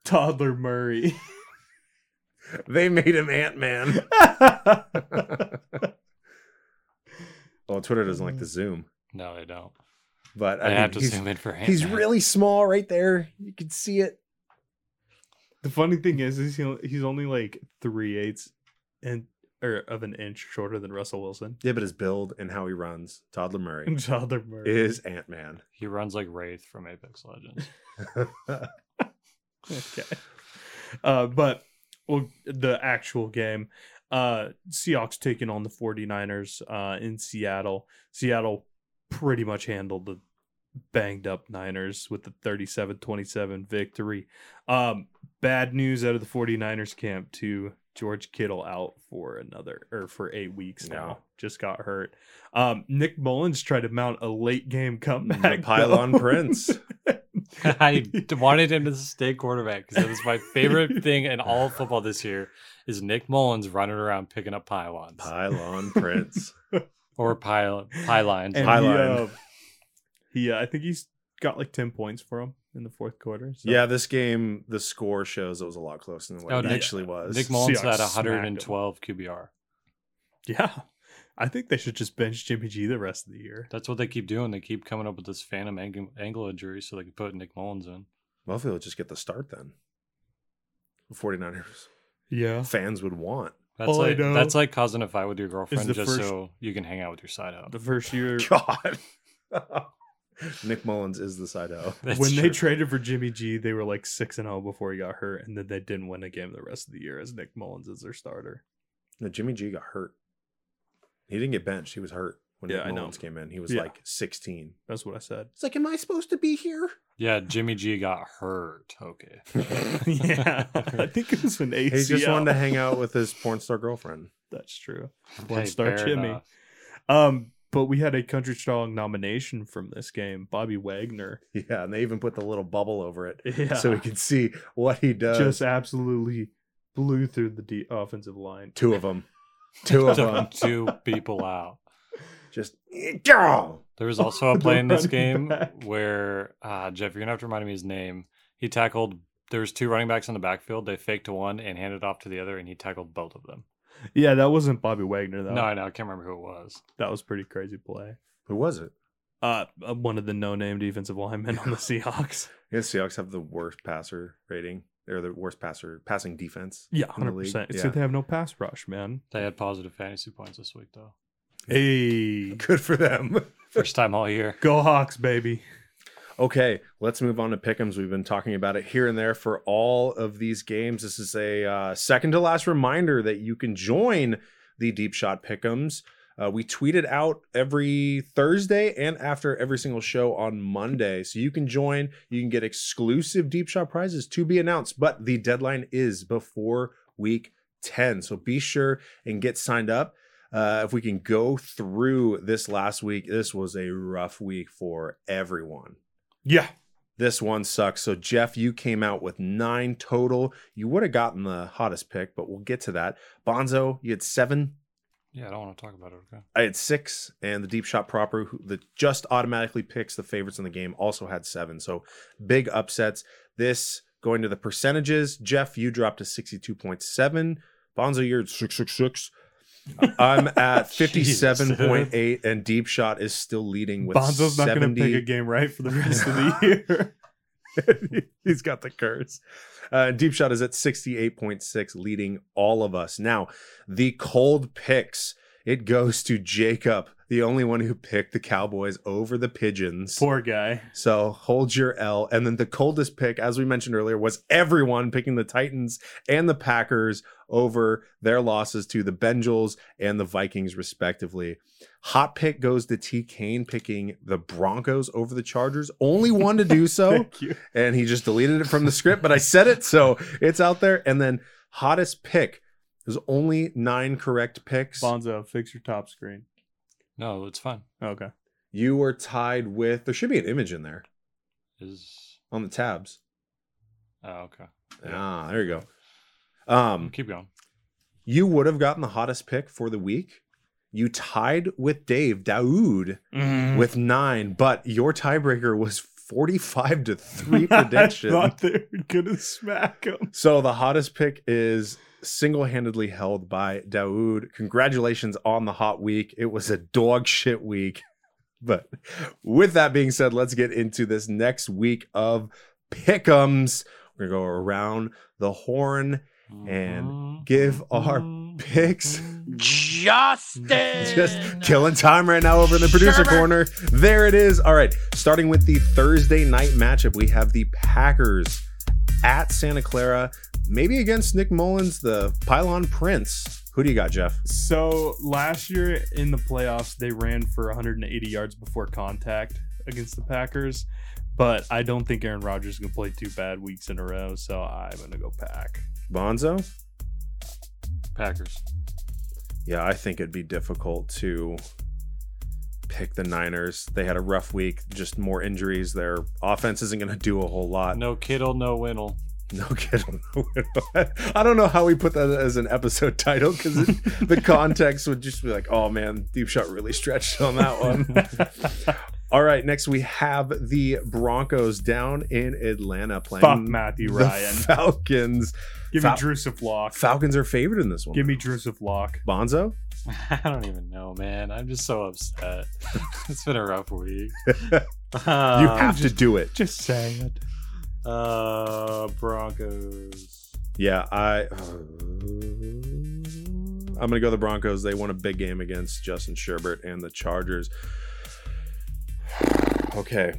toddler Murray. They made him Ant Man. well, Twitter doesn't like the zoom, No, they don't. but They I mean, have to he's- zoom in for He's Ant-Man. really small right there. You can see it. the funny thing is, is he, he's only like three eighths and or of an inch shorter than Russell Wilson. Yeah, but his build and how he runs, Toddler Murray, Toddler Murray. is Ant Man. He runs like Wraith from Apex Legends. okay. Uh, but well, the actual game, uh, Seahawks taking on the 49ers uh, in Seattle. Seattle pretty much handled the banged up Niners with the 37-27 victory. Um, bad news out of the 49ers camp too. George Kittle out for another or for eight weeks now. No. Just got hurt. Um, Nick Mullins tried to mount a late game comeback. The pylon though. prince. I d- wanted him to stay quarterback because that was my favorite thing in all of football this year. Is Nick Mullins running around picking up pylons? Pylon Prince. or pile pylon. And High he, line. uh, he, uh, I think he's got like ten points for him in the fourth quarter. so- Yeah, this game, the score shows it was a lot closer than what Oh, it Nick- actually was. Nick Mullins Seahawks had uh, smacked 112 QBR. yeah. I think they should just bench Jimmy G the rest of the year. That's what they keep doing. They keep coming up with this phantom ang- angle injury so they can put Nick Mullins in. Well, if they'll just get the start then. The 49ers Yeah, fans would want. That's All I like know that's like causing a fight with your girlfriend the just first- so you can hang out with your side hoe. the first year God. Nick Mullins is the side hoe. That's when they true. traded for Jimmy G, they were like six and zero before he got hurt, and then they didn't win a game the rest of the year as Nick Mullins is their starter. No, Jimmy G got hurt. He didn't get benched. He was hurt when Yeah, I Nick know. Mullins came in. He was Yeah. like 16. That's what I said. It's like, am I supposed to be here? yeah, Jimmy G got hurt. Okay. yeah, I think it was an ACL. He just wanted to hang out with his porn star girlfriend. That's true. Hey, One star fair Jimmy. enough. Um, but we had a country strong nomination from this game, Bobby Wagner. Yeah, and they even put the little bubble over it Yeah, so we could see what he does. just absolutely blew through the de- offensive line. two of them. Two of them. Took two people out. just go. There was also a The play in this running game back. where uh, Jeff, you're gonna have to remind me his name. He tackled. There was two running backs in the backfield. They faked to one and handed off to the other, and he tackled both of them. Yeah, that wasn't Bobby Wagner though. No, I know. I can't remember who it was. that was pretty crazy play. Who was it? Uh, one of the no-name defensive linemen on the Seahawks. Yeah, Seahawks have the worst passer rating. They're the worst passer passing defense. Yeah, in the hundred league. percent. It's Yeah. that they have no pass rush, man. They had positive fantasy points this week, though. Hey, Good for them. First time all year. go Hawks, baby! Okay, let's move on to Pick'ems. We've been talking about it here and there for all of these games. This is a uh, second to last reminder that you can join the Deep Shot Pick'ems. Uh, we tweet it out every Thursday and after every single show on Monday. So you can join. You can get exclusive Deep Shot prizes to be announced, but the deadline is before week 10. So be sure and get signed up. Uh, if we can go through this last week, this was a rough week for everyone Yeah, this one sucks. So Jeff, you came out with nine total. You would have gotten the hottest pick, but we'll get to that. Bonzo, you had seven. Yeah, I don't want to talk about it. Okay. I had six, and the deep shot proper, who that just automatically picks the favorites in the game, also had seven. So big upsets. This going to the percentages. Jeff, you dropped to sixty-two point seven. Bonzo, you're at six six six. I'm at fifty-seven point eight, and deep shot is still leading with Bonzo's not going 70 to pick a game right for the rest of the year. He's got the curse. Uh, Deep Shot is at 68.6, leading all of us. Now, the cold picks. It goes to Jacob, the only one who picked the Cowboys over the Pigeons. Poor guy. So hold your L. And then the coldest pick, as we mentioned earlier, was everyone picking the Titans and the Packers over their losses to the Bengals and the Vikings, respectively. Hot pick goes to T. Kane picking the Broncos over the Chargers. Only one to do so Thank you. and he just deleted it from the script, but I said it, so it's out there. And then hottest pick. There's only nine correct picks. Bonzo, fix your top screen. No, it's fine. Okay. You were tied with. There should be an image in there Is on the tabs. oh okay. Ah, there you go. Um, Keep going. you would have gotten the hottest pick for the week. You tied with Dave Daoud Hmm. with nine, but your tiebreaker was 45 to three prediction. I thought they were going to smack him. So the hottest pick is single-handedly held by Daoud. Congratulations on the hot week. It was a dog shit week. But with that being said, let's get into this next week of pickums. We're gonna go around the horn, And give our picks. Justin. Just killing time right now over in the producer Sherbert. corner. There it is. All right. Starting with the Thursday night matchup, we have the Packers at Santa Clara, maybe against Nick Mullins, the Pylon Prince. Who do you got, Jeff? So last year in the playoffs, they ran for 180 yards before contact against the Packers. But I don't think Aaron Rodgers can play two bad weeks in a row, so I'm going to go pack. Bonzo? Packers. Yeah, I think it'd be difficult to pick the Niners. They had a rough week, just more injuries. Their offense isn't going to do a whole lot. No Kittle, no Winnell. No kidding. I don't know how we put that as an episode title because the context would just be like, oh man, Deep Shot really stretched on that one. All right, next we have the Broncos down in Atlanta playing Fuck Matthew the Ryan. Falcons. Give Fal- me Drusif Lock. Falcons are favored in this one. Give me Drusif Lock. Bonzo. I don't even know, man. I'm just so upset. it's been a rough week. Uh, you have to do it. Just saying it. Uh, Broncos. Yeah, I. I'm gonna go the Broncos. They won a big game against Justin Sherbert and the Chargers. Okay,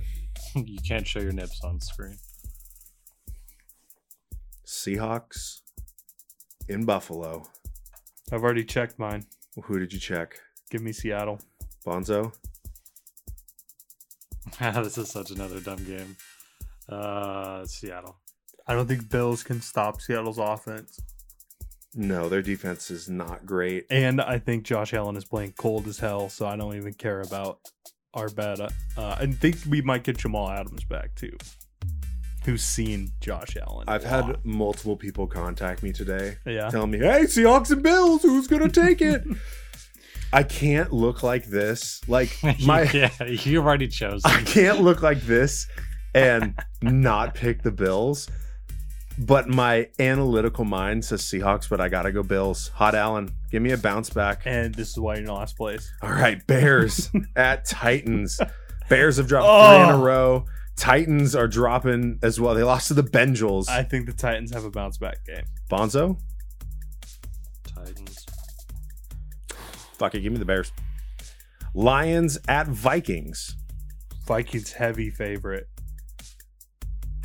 you can't show your nips on screen. Seahawks in Buffalo. I've already checked mine. Who did you check? Give me Seattle. Bonzo. this is such another dumb game. Uh, Seattle. I don't think Bills can stop Seattle's offense. No, their defense is not great. And I think Josh Allen is playing cold as hell, so I don't even care about our bet. Uh, I think we might get Jamal Adams back too, who's seen Josh Allen. a I've lot. had multiple people contact me today yeah. telling me, "Hey, Seahawks and Bills, who's gonna take it?" I can't look like this. Like my yeah, you've already chosen. I can't look like this and not pick the Bills. But my analytical mind says Seahawks, but I gotta go Bills. Hot Allen, give me a bounce back. And this is why you're in last place. All right, Bears at Titans. Bears have dropped three in a Oh. row. Titans are dropping as well. They lost to the Bengals. I think the Titans have a bounce back game. Bonzo, Titans. fuck it, give me the Bears. Lions at Vikings. Vikings heavy favorite.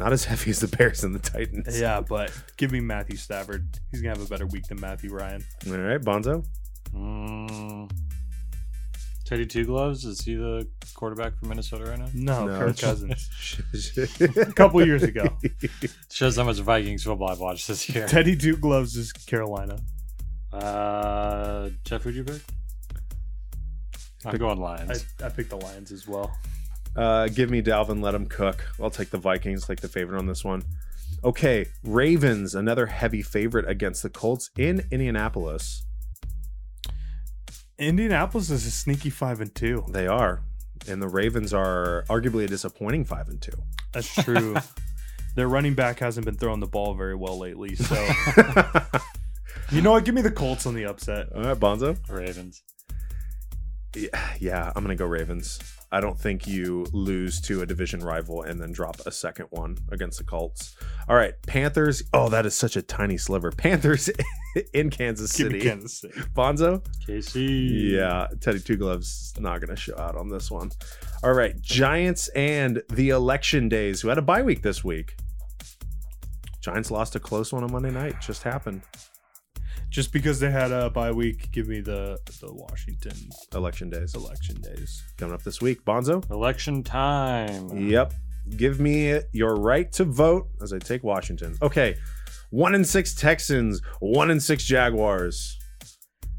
Not as heavy as the Bears and the Titans. Yeah, but give me Matthew Stafford. He's gonna have a better week than Matthew Ryan. All right, Bonzo. Mm. Teddy Two Gloves is he the quarterback for Minnesota right now? No, No. Kirk Cousins. a couple years ago, Shows how much Vikings football I've watched this year. Teddy Two Gloves is Carolina. Uh, Jeff, who'd you pick? I'm going I, Lions. I picked the Lions as well. Uh, give me Dalvin, let him cook. I'll take the Vikings, like the favorite on this one. Okay, Ravens, another heavy favorite against the Colts in Indianapolis. Indianapolis is a sneaky five and two. They are, and the Ravens are arguably a disappointing five and two. That's true. Their running back hasn't been throwing the ball very well lately. So you know what? Give me the Colts on the upset. All right, Bonzo. Ravens. Yeah, yeah, I'm gonna go Ravens. I don't think you lose to a division rival and then drop a second one against the Colts. All right, Panthers. Oh, that is such a tiny sliver. Panthers in Kansas Give City. me Kansas City. Bonzo. KC. Yeah, Teddy Two Gloves is not going to show out on this one. All right, Giants and the Election Days, who had a bye week this week. Giants lost a close one on Monday night. Just happened. Just because they had a bye week, give me the the Washington Election Days election days. coming up this week. Bonzo. Election time. Yep. Give me your right to vote as I take Washington. Okay, one in six Texans, one in six Jaguars.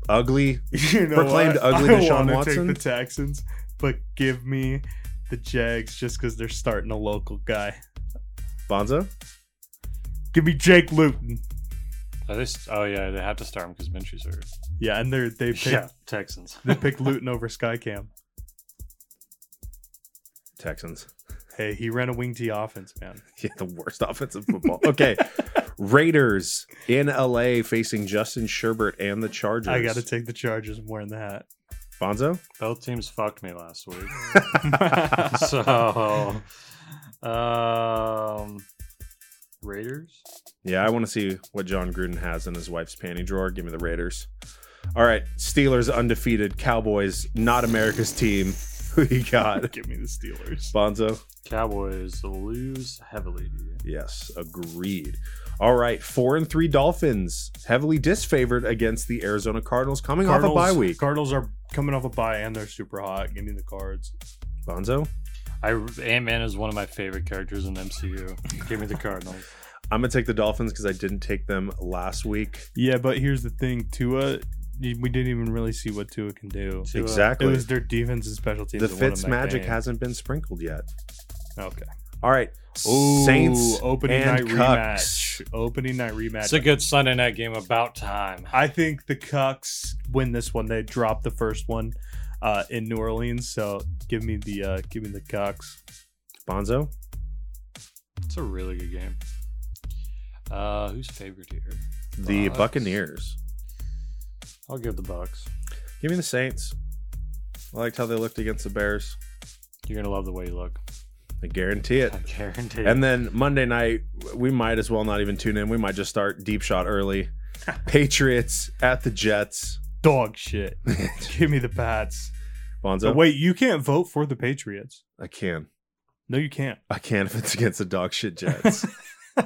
Ugly. you know Proclaimed what? ugly I Deshaun wanna Watson? Take the Texans, but give me the Jags just because they're starting a local guy. Bonzo. Give me Jake Luton. Are they s- oh yeah, they have to start him because Minshew's hurt. Yeah, and they're they picked Yeah, Texans. they picked Luton over Skycam. Texans. Hey, he ran a wing T offense, man. Yeah, the worst offensive football. Okay. Raiders in LA facing Justin Sherbert and the Chargers. I gotta take the Chargers. I'm wearing the hat. Bonzo? Both teams fucked me last week. so, um, Raiders. Yeah, I want to see what John Gruden has in his wife's panty drawer. Give me the Raiders. All right. Steelers undefeated. Cowboys, not America's team. Who you got? give me the Steelers. Bonzo? Cowboys lose heavily. Yes, agreed. All right. Four and three Dolphins, heavily disfavored against the Arizona Cardinals coming off a bye week. Cardinals are coming off a bye and they're super hot. Give me the cards. Bonzo? I Ant Man is one of my favorite characters in the MCU. Give me the Cardinals. I'm going to take the Dolphins because I didn't take them last week. Yeah, but here's the thing, Tua. We didn't even really see what Tua can do. Tua. Exactly. It was their defense and special teams. The that won them Fitz that magic game. hasn't been sprinkled yet. okay. All right. Saints Ooh, oh, opening and night Cucks. rematch. Opening night rematch. It's a good Sunday night game. About time. I think the Cucks win this one. They dropped the first one uh, in New Orleans, so give me the uh, give me the Cucks. Bonzo. It's a really good game. Uh, who's favored here? The Bucks. Buccaneers. I'll give the Bucks. Give me the Saints. I liked how they looked against the Bears. You're gonna love the way you look. I guarantee it. I guarantee. it. And then Monday night, we might as well not even tune in. We might just start deep shot early. Patriots at the Jets. Dog shit. give me the Pats. Bonzo. But wait, you can't vote for the Patriots. I can. No, you can't. I can if it's against the dog shit Jets. uh,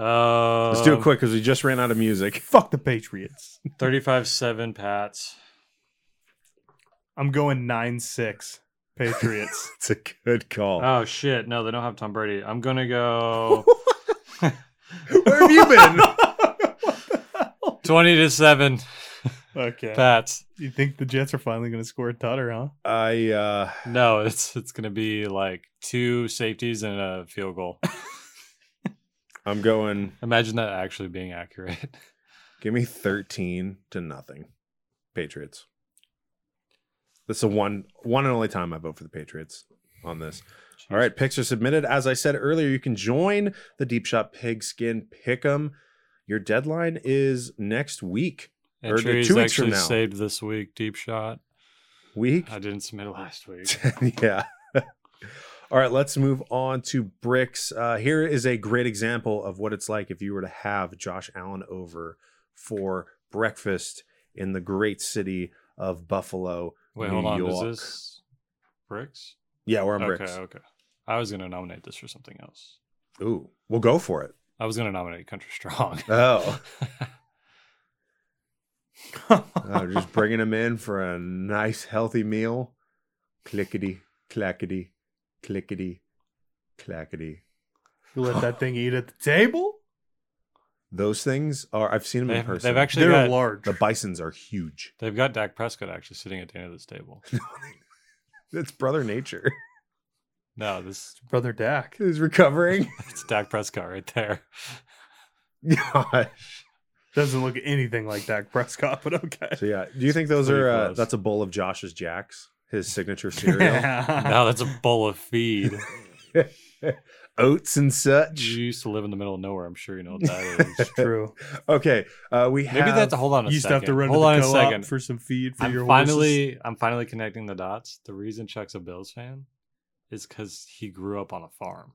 Um, Let's do Um, it quick because we just ran out of music. Fuck the Patriots. Thirty-five-seven Pats. I'm going nine six Patriots. It's a good call. uh, Oh shit! No, they don't have Tom Brady. I'm gonna go Where have you been? twenty to seven okay. Pats. You think the Jets are finally going to score a tutter, huh? I uh No, it's it's gonna be like two safeties and a field goal. I'm going Imagine that actually being accurate. give me 13 to nothing. Patriots. This is a one one and only time I vote for the Patriots on this. All right, picks are submitted. As I said earlier, you can join the Deep Shot Pigskin Pick'em. Your deadline is next week. Or two Entries weeks from actually now. saved this week. Deep shot. Week I didn't submit last week. yeah. All right, let's move on to bricks. Uh, here is a great example of what it's like if you were to have Josh Allen over for breakfast in the great city of Buffalo, Wait, New hold on. York. Is this bricks? Yeah, we're on okay, bricks. okay. I was gonna nominate this for something else. Ooh, we'll go for it. I was gonna nominate Country Strong. Oh, oh just bringing him in for a nice, healthy meal. Clickety, clackety, clickety, clackety. You let that thing eat at the table? Those things are. I've seen them in they've, person. they've actually They're got, large. the Bison's are huge. they've got Dak Prescott actually sitting at the end of this table. That's brother nature. No, this Brother Dak. He's recovering. it's Dak Prescott right there. Gosh. Doesn't look anything like Dak Prescott, but okay. So yeah, do you think those Pretty are uh, close. that's a bowl of Josh's Jacks, his signature cereal, Uh-huh. No, that's a bowl of feed. oats and You such? used to live in the middle of nowhere. I'm sure you know what that is. True. Okay, uh, we have Maybe that's hold on a You used to second. have to run hold to on the a co-op second. for some feed for your I'm horses. finally I'm finally connecting the dots. The reason Chuck's a Bills fan is because he grew up on a farm.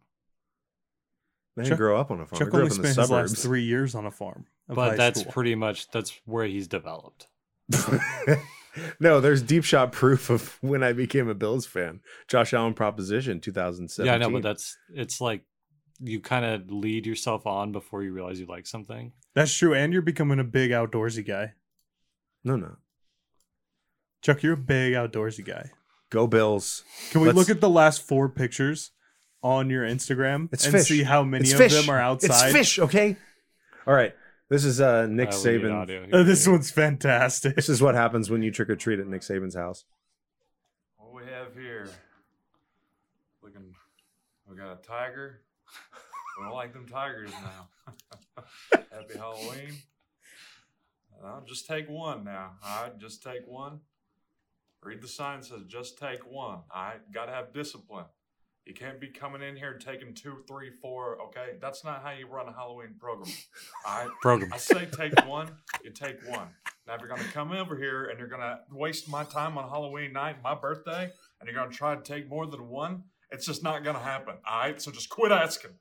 they didn't Chuck- grow up on a farm. Chuck they grew only up in the spent his last suburbs. three years on a farm. of high But that's school. pretty much that's where he's developed. no, there's deep shot proof of when I became a Bills fan. Josh Allen proposition 2017. Yeah, I know, but that's it's like you kind of lead yourself on before you realize you like something. that's true. And you're becoming a big outdoorsy guy. no, no. Chuck, you're a big outdoorsy guy. Go Bills. Can we Let's- look at the last four pictures on your Instagram It's and fish. see how many It's of fish. them are outside? It's fish. Okay. All right. This is uh, Nick Uh, we need Saban. audio Oh, here. this one's fantastic. This is what happens when you trick or treat at Nick Saban's house. What we have here, looking, we got a tiger. We don't like them tigers now. Happy Halloween. I'll just take one now. All right, just take one. Read the sign says just take one. All right, gotta have discipline. You can't be coming in here and taking two, three, four. Okay, that's not how you run a Halloween program. All right, program. I say take one, you take one. Now if you're gonna come over here and you're gonna waste my time on Halloween night, my birthday, and you're gonna try to take more than one, it's just not gonna happen. All right, so just quit asking.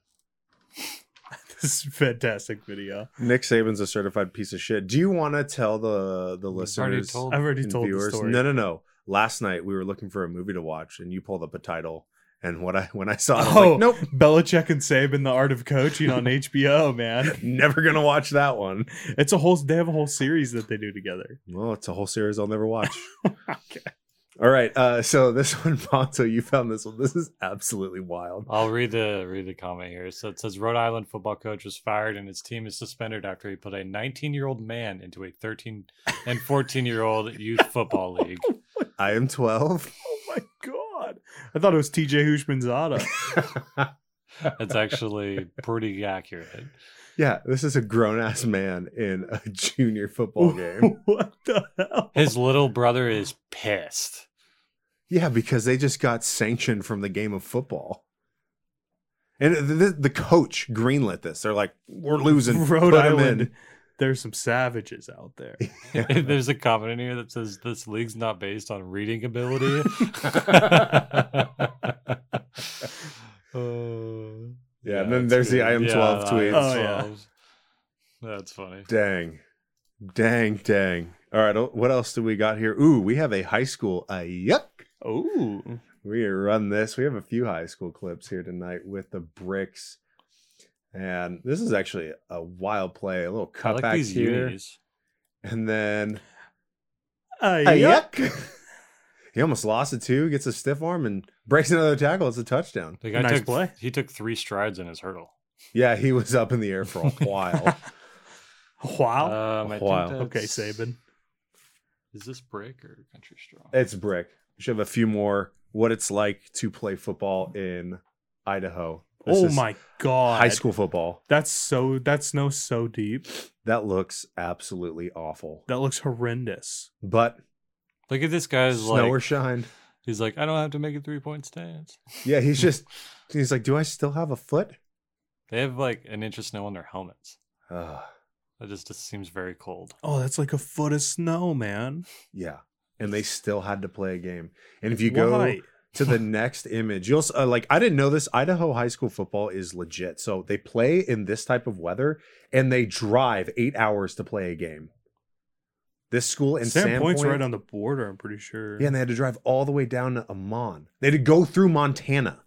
This is a fantastic video. Nick Saban's a certified piece of shit. Do you want to tell the the already listeners told. I've already and told the viewers? story. No, no, no. Last night we were looking for a movie to watch, and you pulled up a title. And what I when I saw it, I was Oh. like, nope, Belichick and Saban, The Art of Coaching on HBO, man. never gonna watch that one. It's a whole, they have a whole series that they do together. Well, it's a whole series I'll never watch. Okay. All right, uh, so this one, Ponto, you found this one. This is absolutely wild. I'll read the read the comment here. So it says Rhode Island football coach was fired and his team is suspended after he put a 19 year old man into a 13 and 14 year old youth football league. I am twelve. Oh my God. I thought it was TJ Hushmanzada. That's actually pretty accurate. Yeah, this is a grown ass man in a junior football game. what the hell? His little brother is pissed. Yeah, because they just got sanctioned from the game of football. And the, the coach greenlit this. They're like, "We're losing." Rhode Put 'em Island. There's some savages out there. in. There's a comment in here that says this league's not based on reading ability. Oh. Yeah, and then there's the I am 12 tweets. Oh, yeah. yeah. That's funny. Dang. Dang, dang. All right, o- what else do we got here? Ooh, we have a high school. Uh, yuck. Ooh. We run this. We have a few high school clips here tonight with the bricks. And this is actually a wild play, a little I cutback like these here. unis. And then Uh, Uh, yeah. yuck. he almost lost it too, gets a stiff arm and breaks another tackle. It's a touchdown. The guy Nice took, play. He took three strides in his hurdle. Yeah, he was up in the air for a while. Wow. Um, I think Wow. that's- Oh. okay, Saban. Is this break or country strong? it's brick. We should have a few more what it's like to play football in Idaho. This Oh is my god. high school football. That's so that snow so deep. That looks absolutely awful. That looks horrendous. But Look at this guy's snow like. or shine. He's like, I don't have to make a three point stance. Yeah, he's just he's like, Do I still have a foot? They have like an inch of snow on their helmets. Uh, That just, just seems very cold. Oh, that's like a foot of snow, man. yeah. And they still had to play a game. And if you go Why? to the next image. You'll s- uh, like I didn't know this. Idaho high school football is legit. So they play in this type of weather and they drive 8 hours to play a game. This school in Sand Point's Sandpoint- right on the border, I'm pretty sure. Yeah, and they had to drive all the way down to Amman. They had to go through Montana.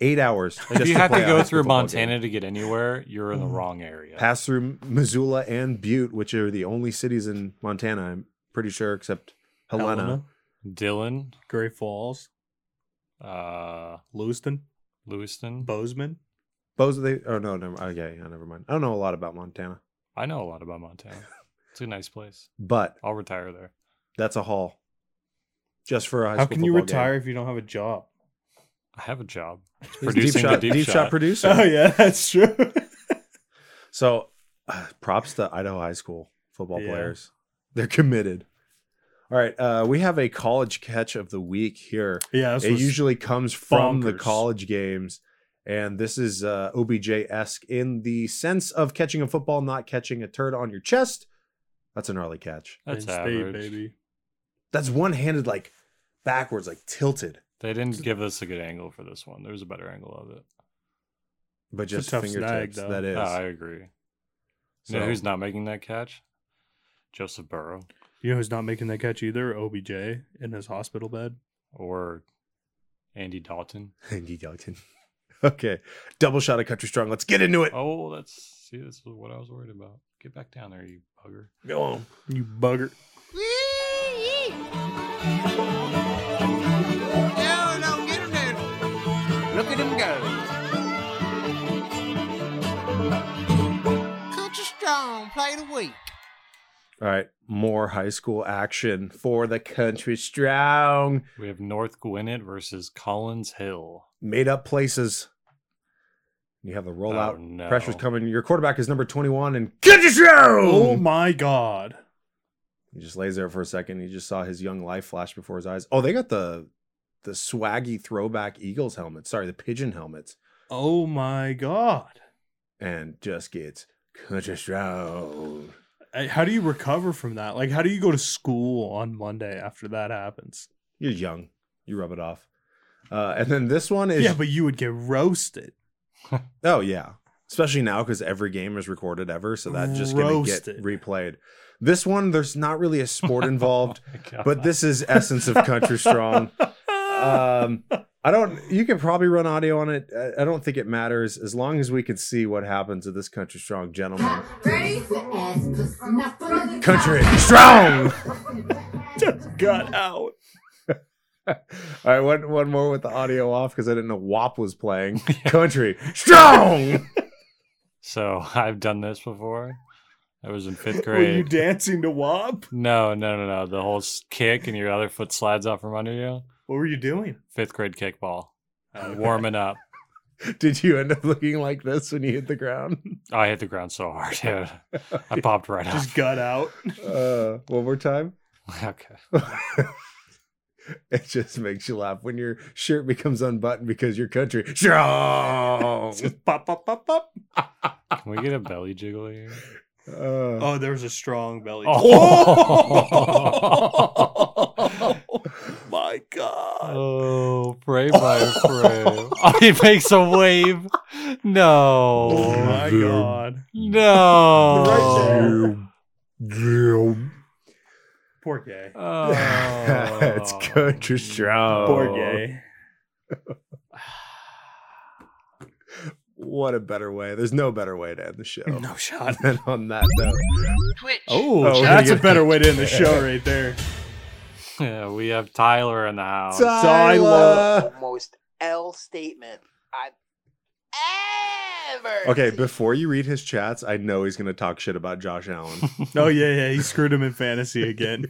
8 hours. If just you have play to a go high school through football Montana game. to get anywhere, you're in the Mhm. wrong area. pass through Missoula and Butte, which are the only cities in Montana, I'm pretty sure except Helena. Dillon, Gray Falls, uh, Lewiston, Lewiston. Bozeman. Those are they Oh no, never. Okay, yeah, never mind. I don't know a lot about Montana, I know a lot about Montana. It's a nice place. but I'll retire there. That's a haul. Just for a high How school can you football game. retire if you don't have a job? I have a job. He's a Producing deep the shot, deep deep, shot. shot. producer. Oh, yeah, that's true. So, uh, props to Idaho high school football Yeah. players. They're committed. All right, uh, we have a college catch of the week here. yeah, this it was usually comes from the bonkers. college games, and this is uh, OBJ esque in the sense of catching a football, not catching a turd on your chest. That's a gnarly catch. That's Penn State, average. baby. That's one handed, like backwards, like tilted, They didn't give us a good angle for this one. There's a better angle of it. but a just tough snag, fingertips. though. that is. Yeah, I agree. You know Uh, who's not making that catch? Joseph Burrow You know who's not making that catch either? OBJ in his hospital bed. or Andy Dalton. Andy Dalton. Okay. Double shot of Country Strong. Let's get into it. Oh, that's see, this is what I was worried about. Get back down there, you bugger. Go on, you bugger. No, no, get him down. Look at him go. Culture strong, play the week. All right. More high school action for the Country Strong. We have North Gwinnett versus Collins Hill. Made up places. You have the rollout. Oh, no. Pressure's coming. Your quarterback is number 21 and Country Strong. Oh my god. He just lays there for a second. He just saw his young life flash before his eyes. Oh, they got the the swaggy throwback Eagles helmet. Sorry, the pigeon helmets. Oh my god. And just gets Country Strong. I- How do you recover from that? Like, how do you go to school on Monday after that happens? You're young. You rub it off. Uh, and then this one is Yeah, but you would get roasted. Oh yeah. Especially now because every game is recorded ever, so that's just gonna get Roasted. replayed. This one, there's not really a sport involved, Oh my God. but this is essence of country strong. Uh, Um, I don't. You can probably run audio on it. I- I don't think it matters as long as we can see what happened to this country strong gentleman. Country strong. Just got out. All right, one one more with the audio off because I didn't know WAP was playing. Country strong. So I've done this before. I was in fifth Were you grade. dancing to WAP? no, no, no, no. The whole s- kick and your other foot slides out from under you. What were you doing? Fifth grade kickball. Uh, Warming up. Did you end up looking like this when you hit the ground? I hit the ground so hard, dude. I popped right up. Just gut out. Uh, one more time. okay. it just makes you laugh when your shirt becomes unbuttoned because your country. Strong. Just pop, pop, pop, pop. Can we get a belly jiggle here? Uh, Oh, there was a strong belly. Oh. my God. Oh, frame by frame. Oh, he makes a wave. Oh No. my God. No. Oh. Poor gay. Oh. That's country strong. Poor gay. What a better way. There's no better way to end the show. No shot. And on that note, Twitch. Oh, we're that's gonna a get- better way to end the show right there. Yeah, we have Tyler in the Oh. house. I Oh. love- Most L statement I've ever. Okay, seen. before you read his chats, I know he's gonna talk shit about Josh Allen. Oh yeah, yeah. He screwed him in fantasy again.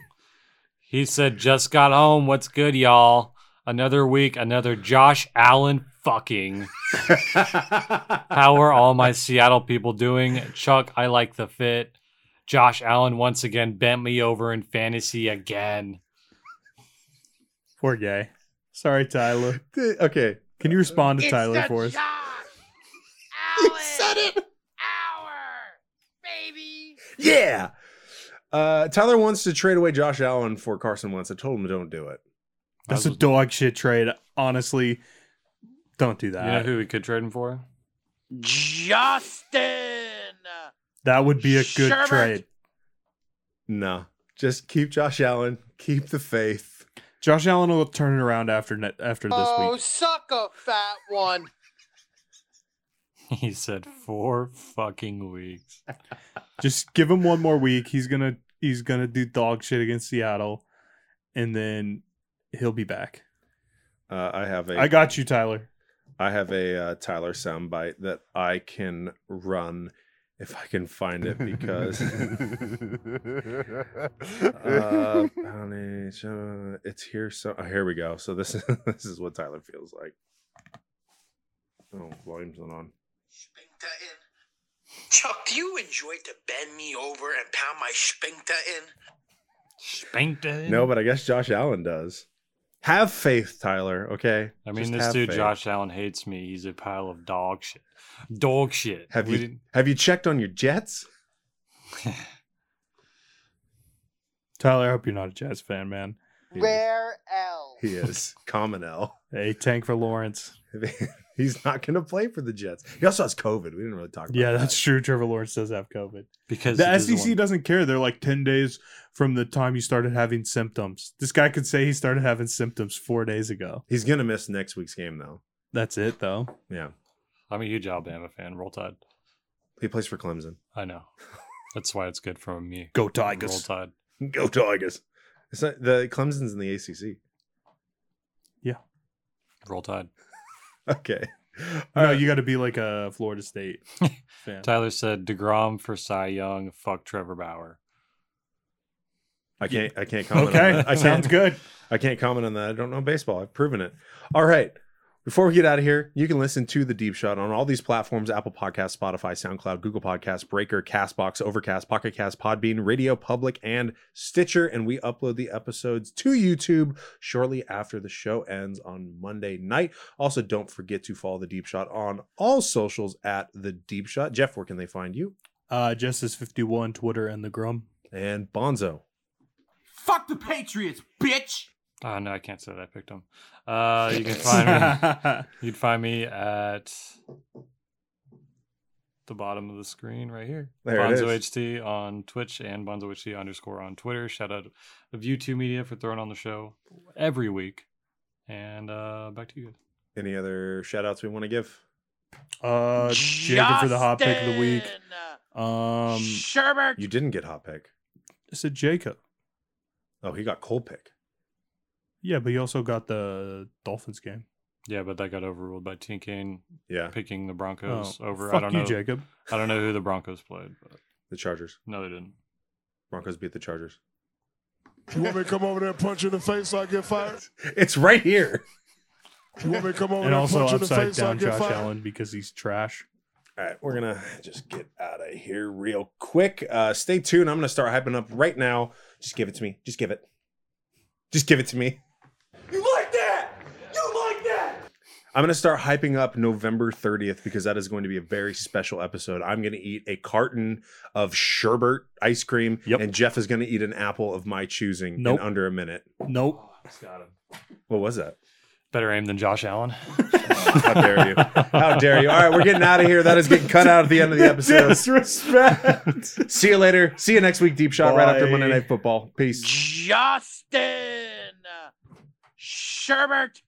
He said, "Just got home. What's good, y'all? Another week, another Josh Allen fucking. How are all my Seattle people doing? Chuck, I like the fit. Josh Allen once again bent me over in fantasy again. Poor gay. Sorry, Tyler. okay, Can you respond to It's Tyler the for us? Josh Allen said it. Hour, baby. yeah. Uh, Tyler wants to trade away Josh Allen for Carson Wentz. I told him don't do it. That's I a was- dog shit trade. Honestly, don't do You know that. who we could trade him for? Justin. That would be a good Sherbert. trade. No, just keep Josh Allen. Keep the faith. Josh Allen will turn it around after ne- after this Oh, week. suck a fat one. He said four fucking weeks. Just give him one more week. He's gonna he's gonna do dog shit against Seattle, and then he'll be back. Uh, I have a I got you, Tyler. I have a uh, Tyler soundbite that I can run if I can find it because uh, honey, uh, it's here. So oh, here we go. So this is this is what Tyler feels like. Oh, volume's not on. Spinkta in. Chuck, do you enjoy to bend me over and pound my spinkta in? Spanked him. No, but I guess Josh Allen does. Have faith, Tyler. Okay. I mean, Just this have dude faith. Josh Allen hates me. He's a pile of dog shit. Dog shit. Have We you didn't- have you checked on your Jets? Tyler, I hope you're not a Jazz fan, man. He is- Rare L. He is common L. Hey, tank for Lawrence. He's not going to play for the Jets. He also has COVID. We didn't really talk about Yeah, that. that's true. Trevor Lawrence does have COVID. because he The E doesn't SEC doesn't care. They're like 10 days from the time you started having symptoms. This guy could say he started having symptoms four days ago. He's going to miss next week's game, though. That's it, though. Yeah. I'm a huge Alabama fan. Roll Tide. He plays for Clemson. I know. That's why it's good for me. Go Roll Tigers. Tide. Go Tigers. It's not, the Clemson's in the ACC. Roll Tide. Okay. No, you got to be like a Florida State fan. Tyler said Degrom for Cy Young. Fuck Trevor Bauer. I can't. I can't comment. on Okay, that. I sounds can't. good. I can't comment on that. I don't know baseball. I've proven it. All right. Before we get out of here, you can listen to The Deep Shot on all these platforms Apple Podcasts, Spotify, SoundCloud, Google Podcasts, Breaker, Castbox, Overcast, Pocket Cast, Podbean, Radio Public, and Stitcher. And we upload the episodes to YouTube shortly after the show ends on Monday night. Also, don't forget to follow The Deep Shot on all socials at The Deep Shot. Jeff, where can they find you? Uh, Justice51, Twitter, and the Grum. And Bonzo. Fuck the Patriots, bitch. Oh no, I can't say that I picked him. Uh, you can find me. You'd find me at the bottom of the screen right here. There it Bonzo is. HT on Twitch and Bonzo HT underscore on Twitter. Shout out of U2 Media for throwing on the show every week. And uh, back to you guys. Any other shout outs we want to give? uh, Jacob for the hot pick of the week. Um, Sherbert. You didn't get hot pick. I said Jacob. Oh, he got cold pick. Yeah, but he also got the Dolphins game. Yeah, but that got overruled by Tinkane Yeah, picking the Broncos Oh, over. Fuck I don't you, know. Jacob. I don't know who the Broncos played, but the Chargers. no, they didn't. Broncos beat the Chargers. You want me to come over there and punch you in the face so I get fired? It's right here. You want me to come over and there also punch you in the upside face down like you're Josh fired? Allen because he's trash. All right, we're gonna just get out of here real quick. Uh, stay tuned. I'm gonna start hyping up right now. Just give it to me. Just give it. Just give it to me. You like that? You like that? I'm gonna start hyping up November 30th because that is going to be a very special episode. I'm gonna eat a carton of sherbet ice cream, Yep. and Jeff is gonna eat an apple of my choosing Nope. in under a minute. Nope. got him. What was that? Better aim than Josh Allen. How dare you? How dare you? All right, we're getting out of here. That is getting cut out at the end of the episode. Disrespect. See you later. See you next week, Deep Shot, right after Bye. Monday Night Football. Peace. Justin Sherbert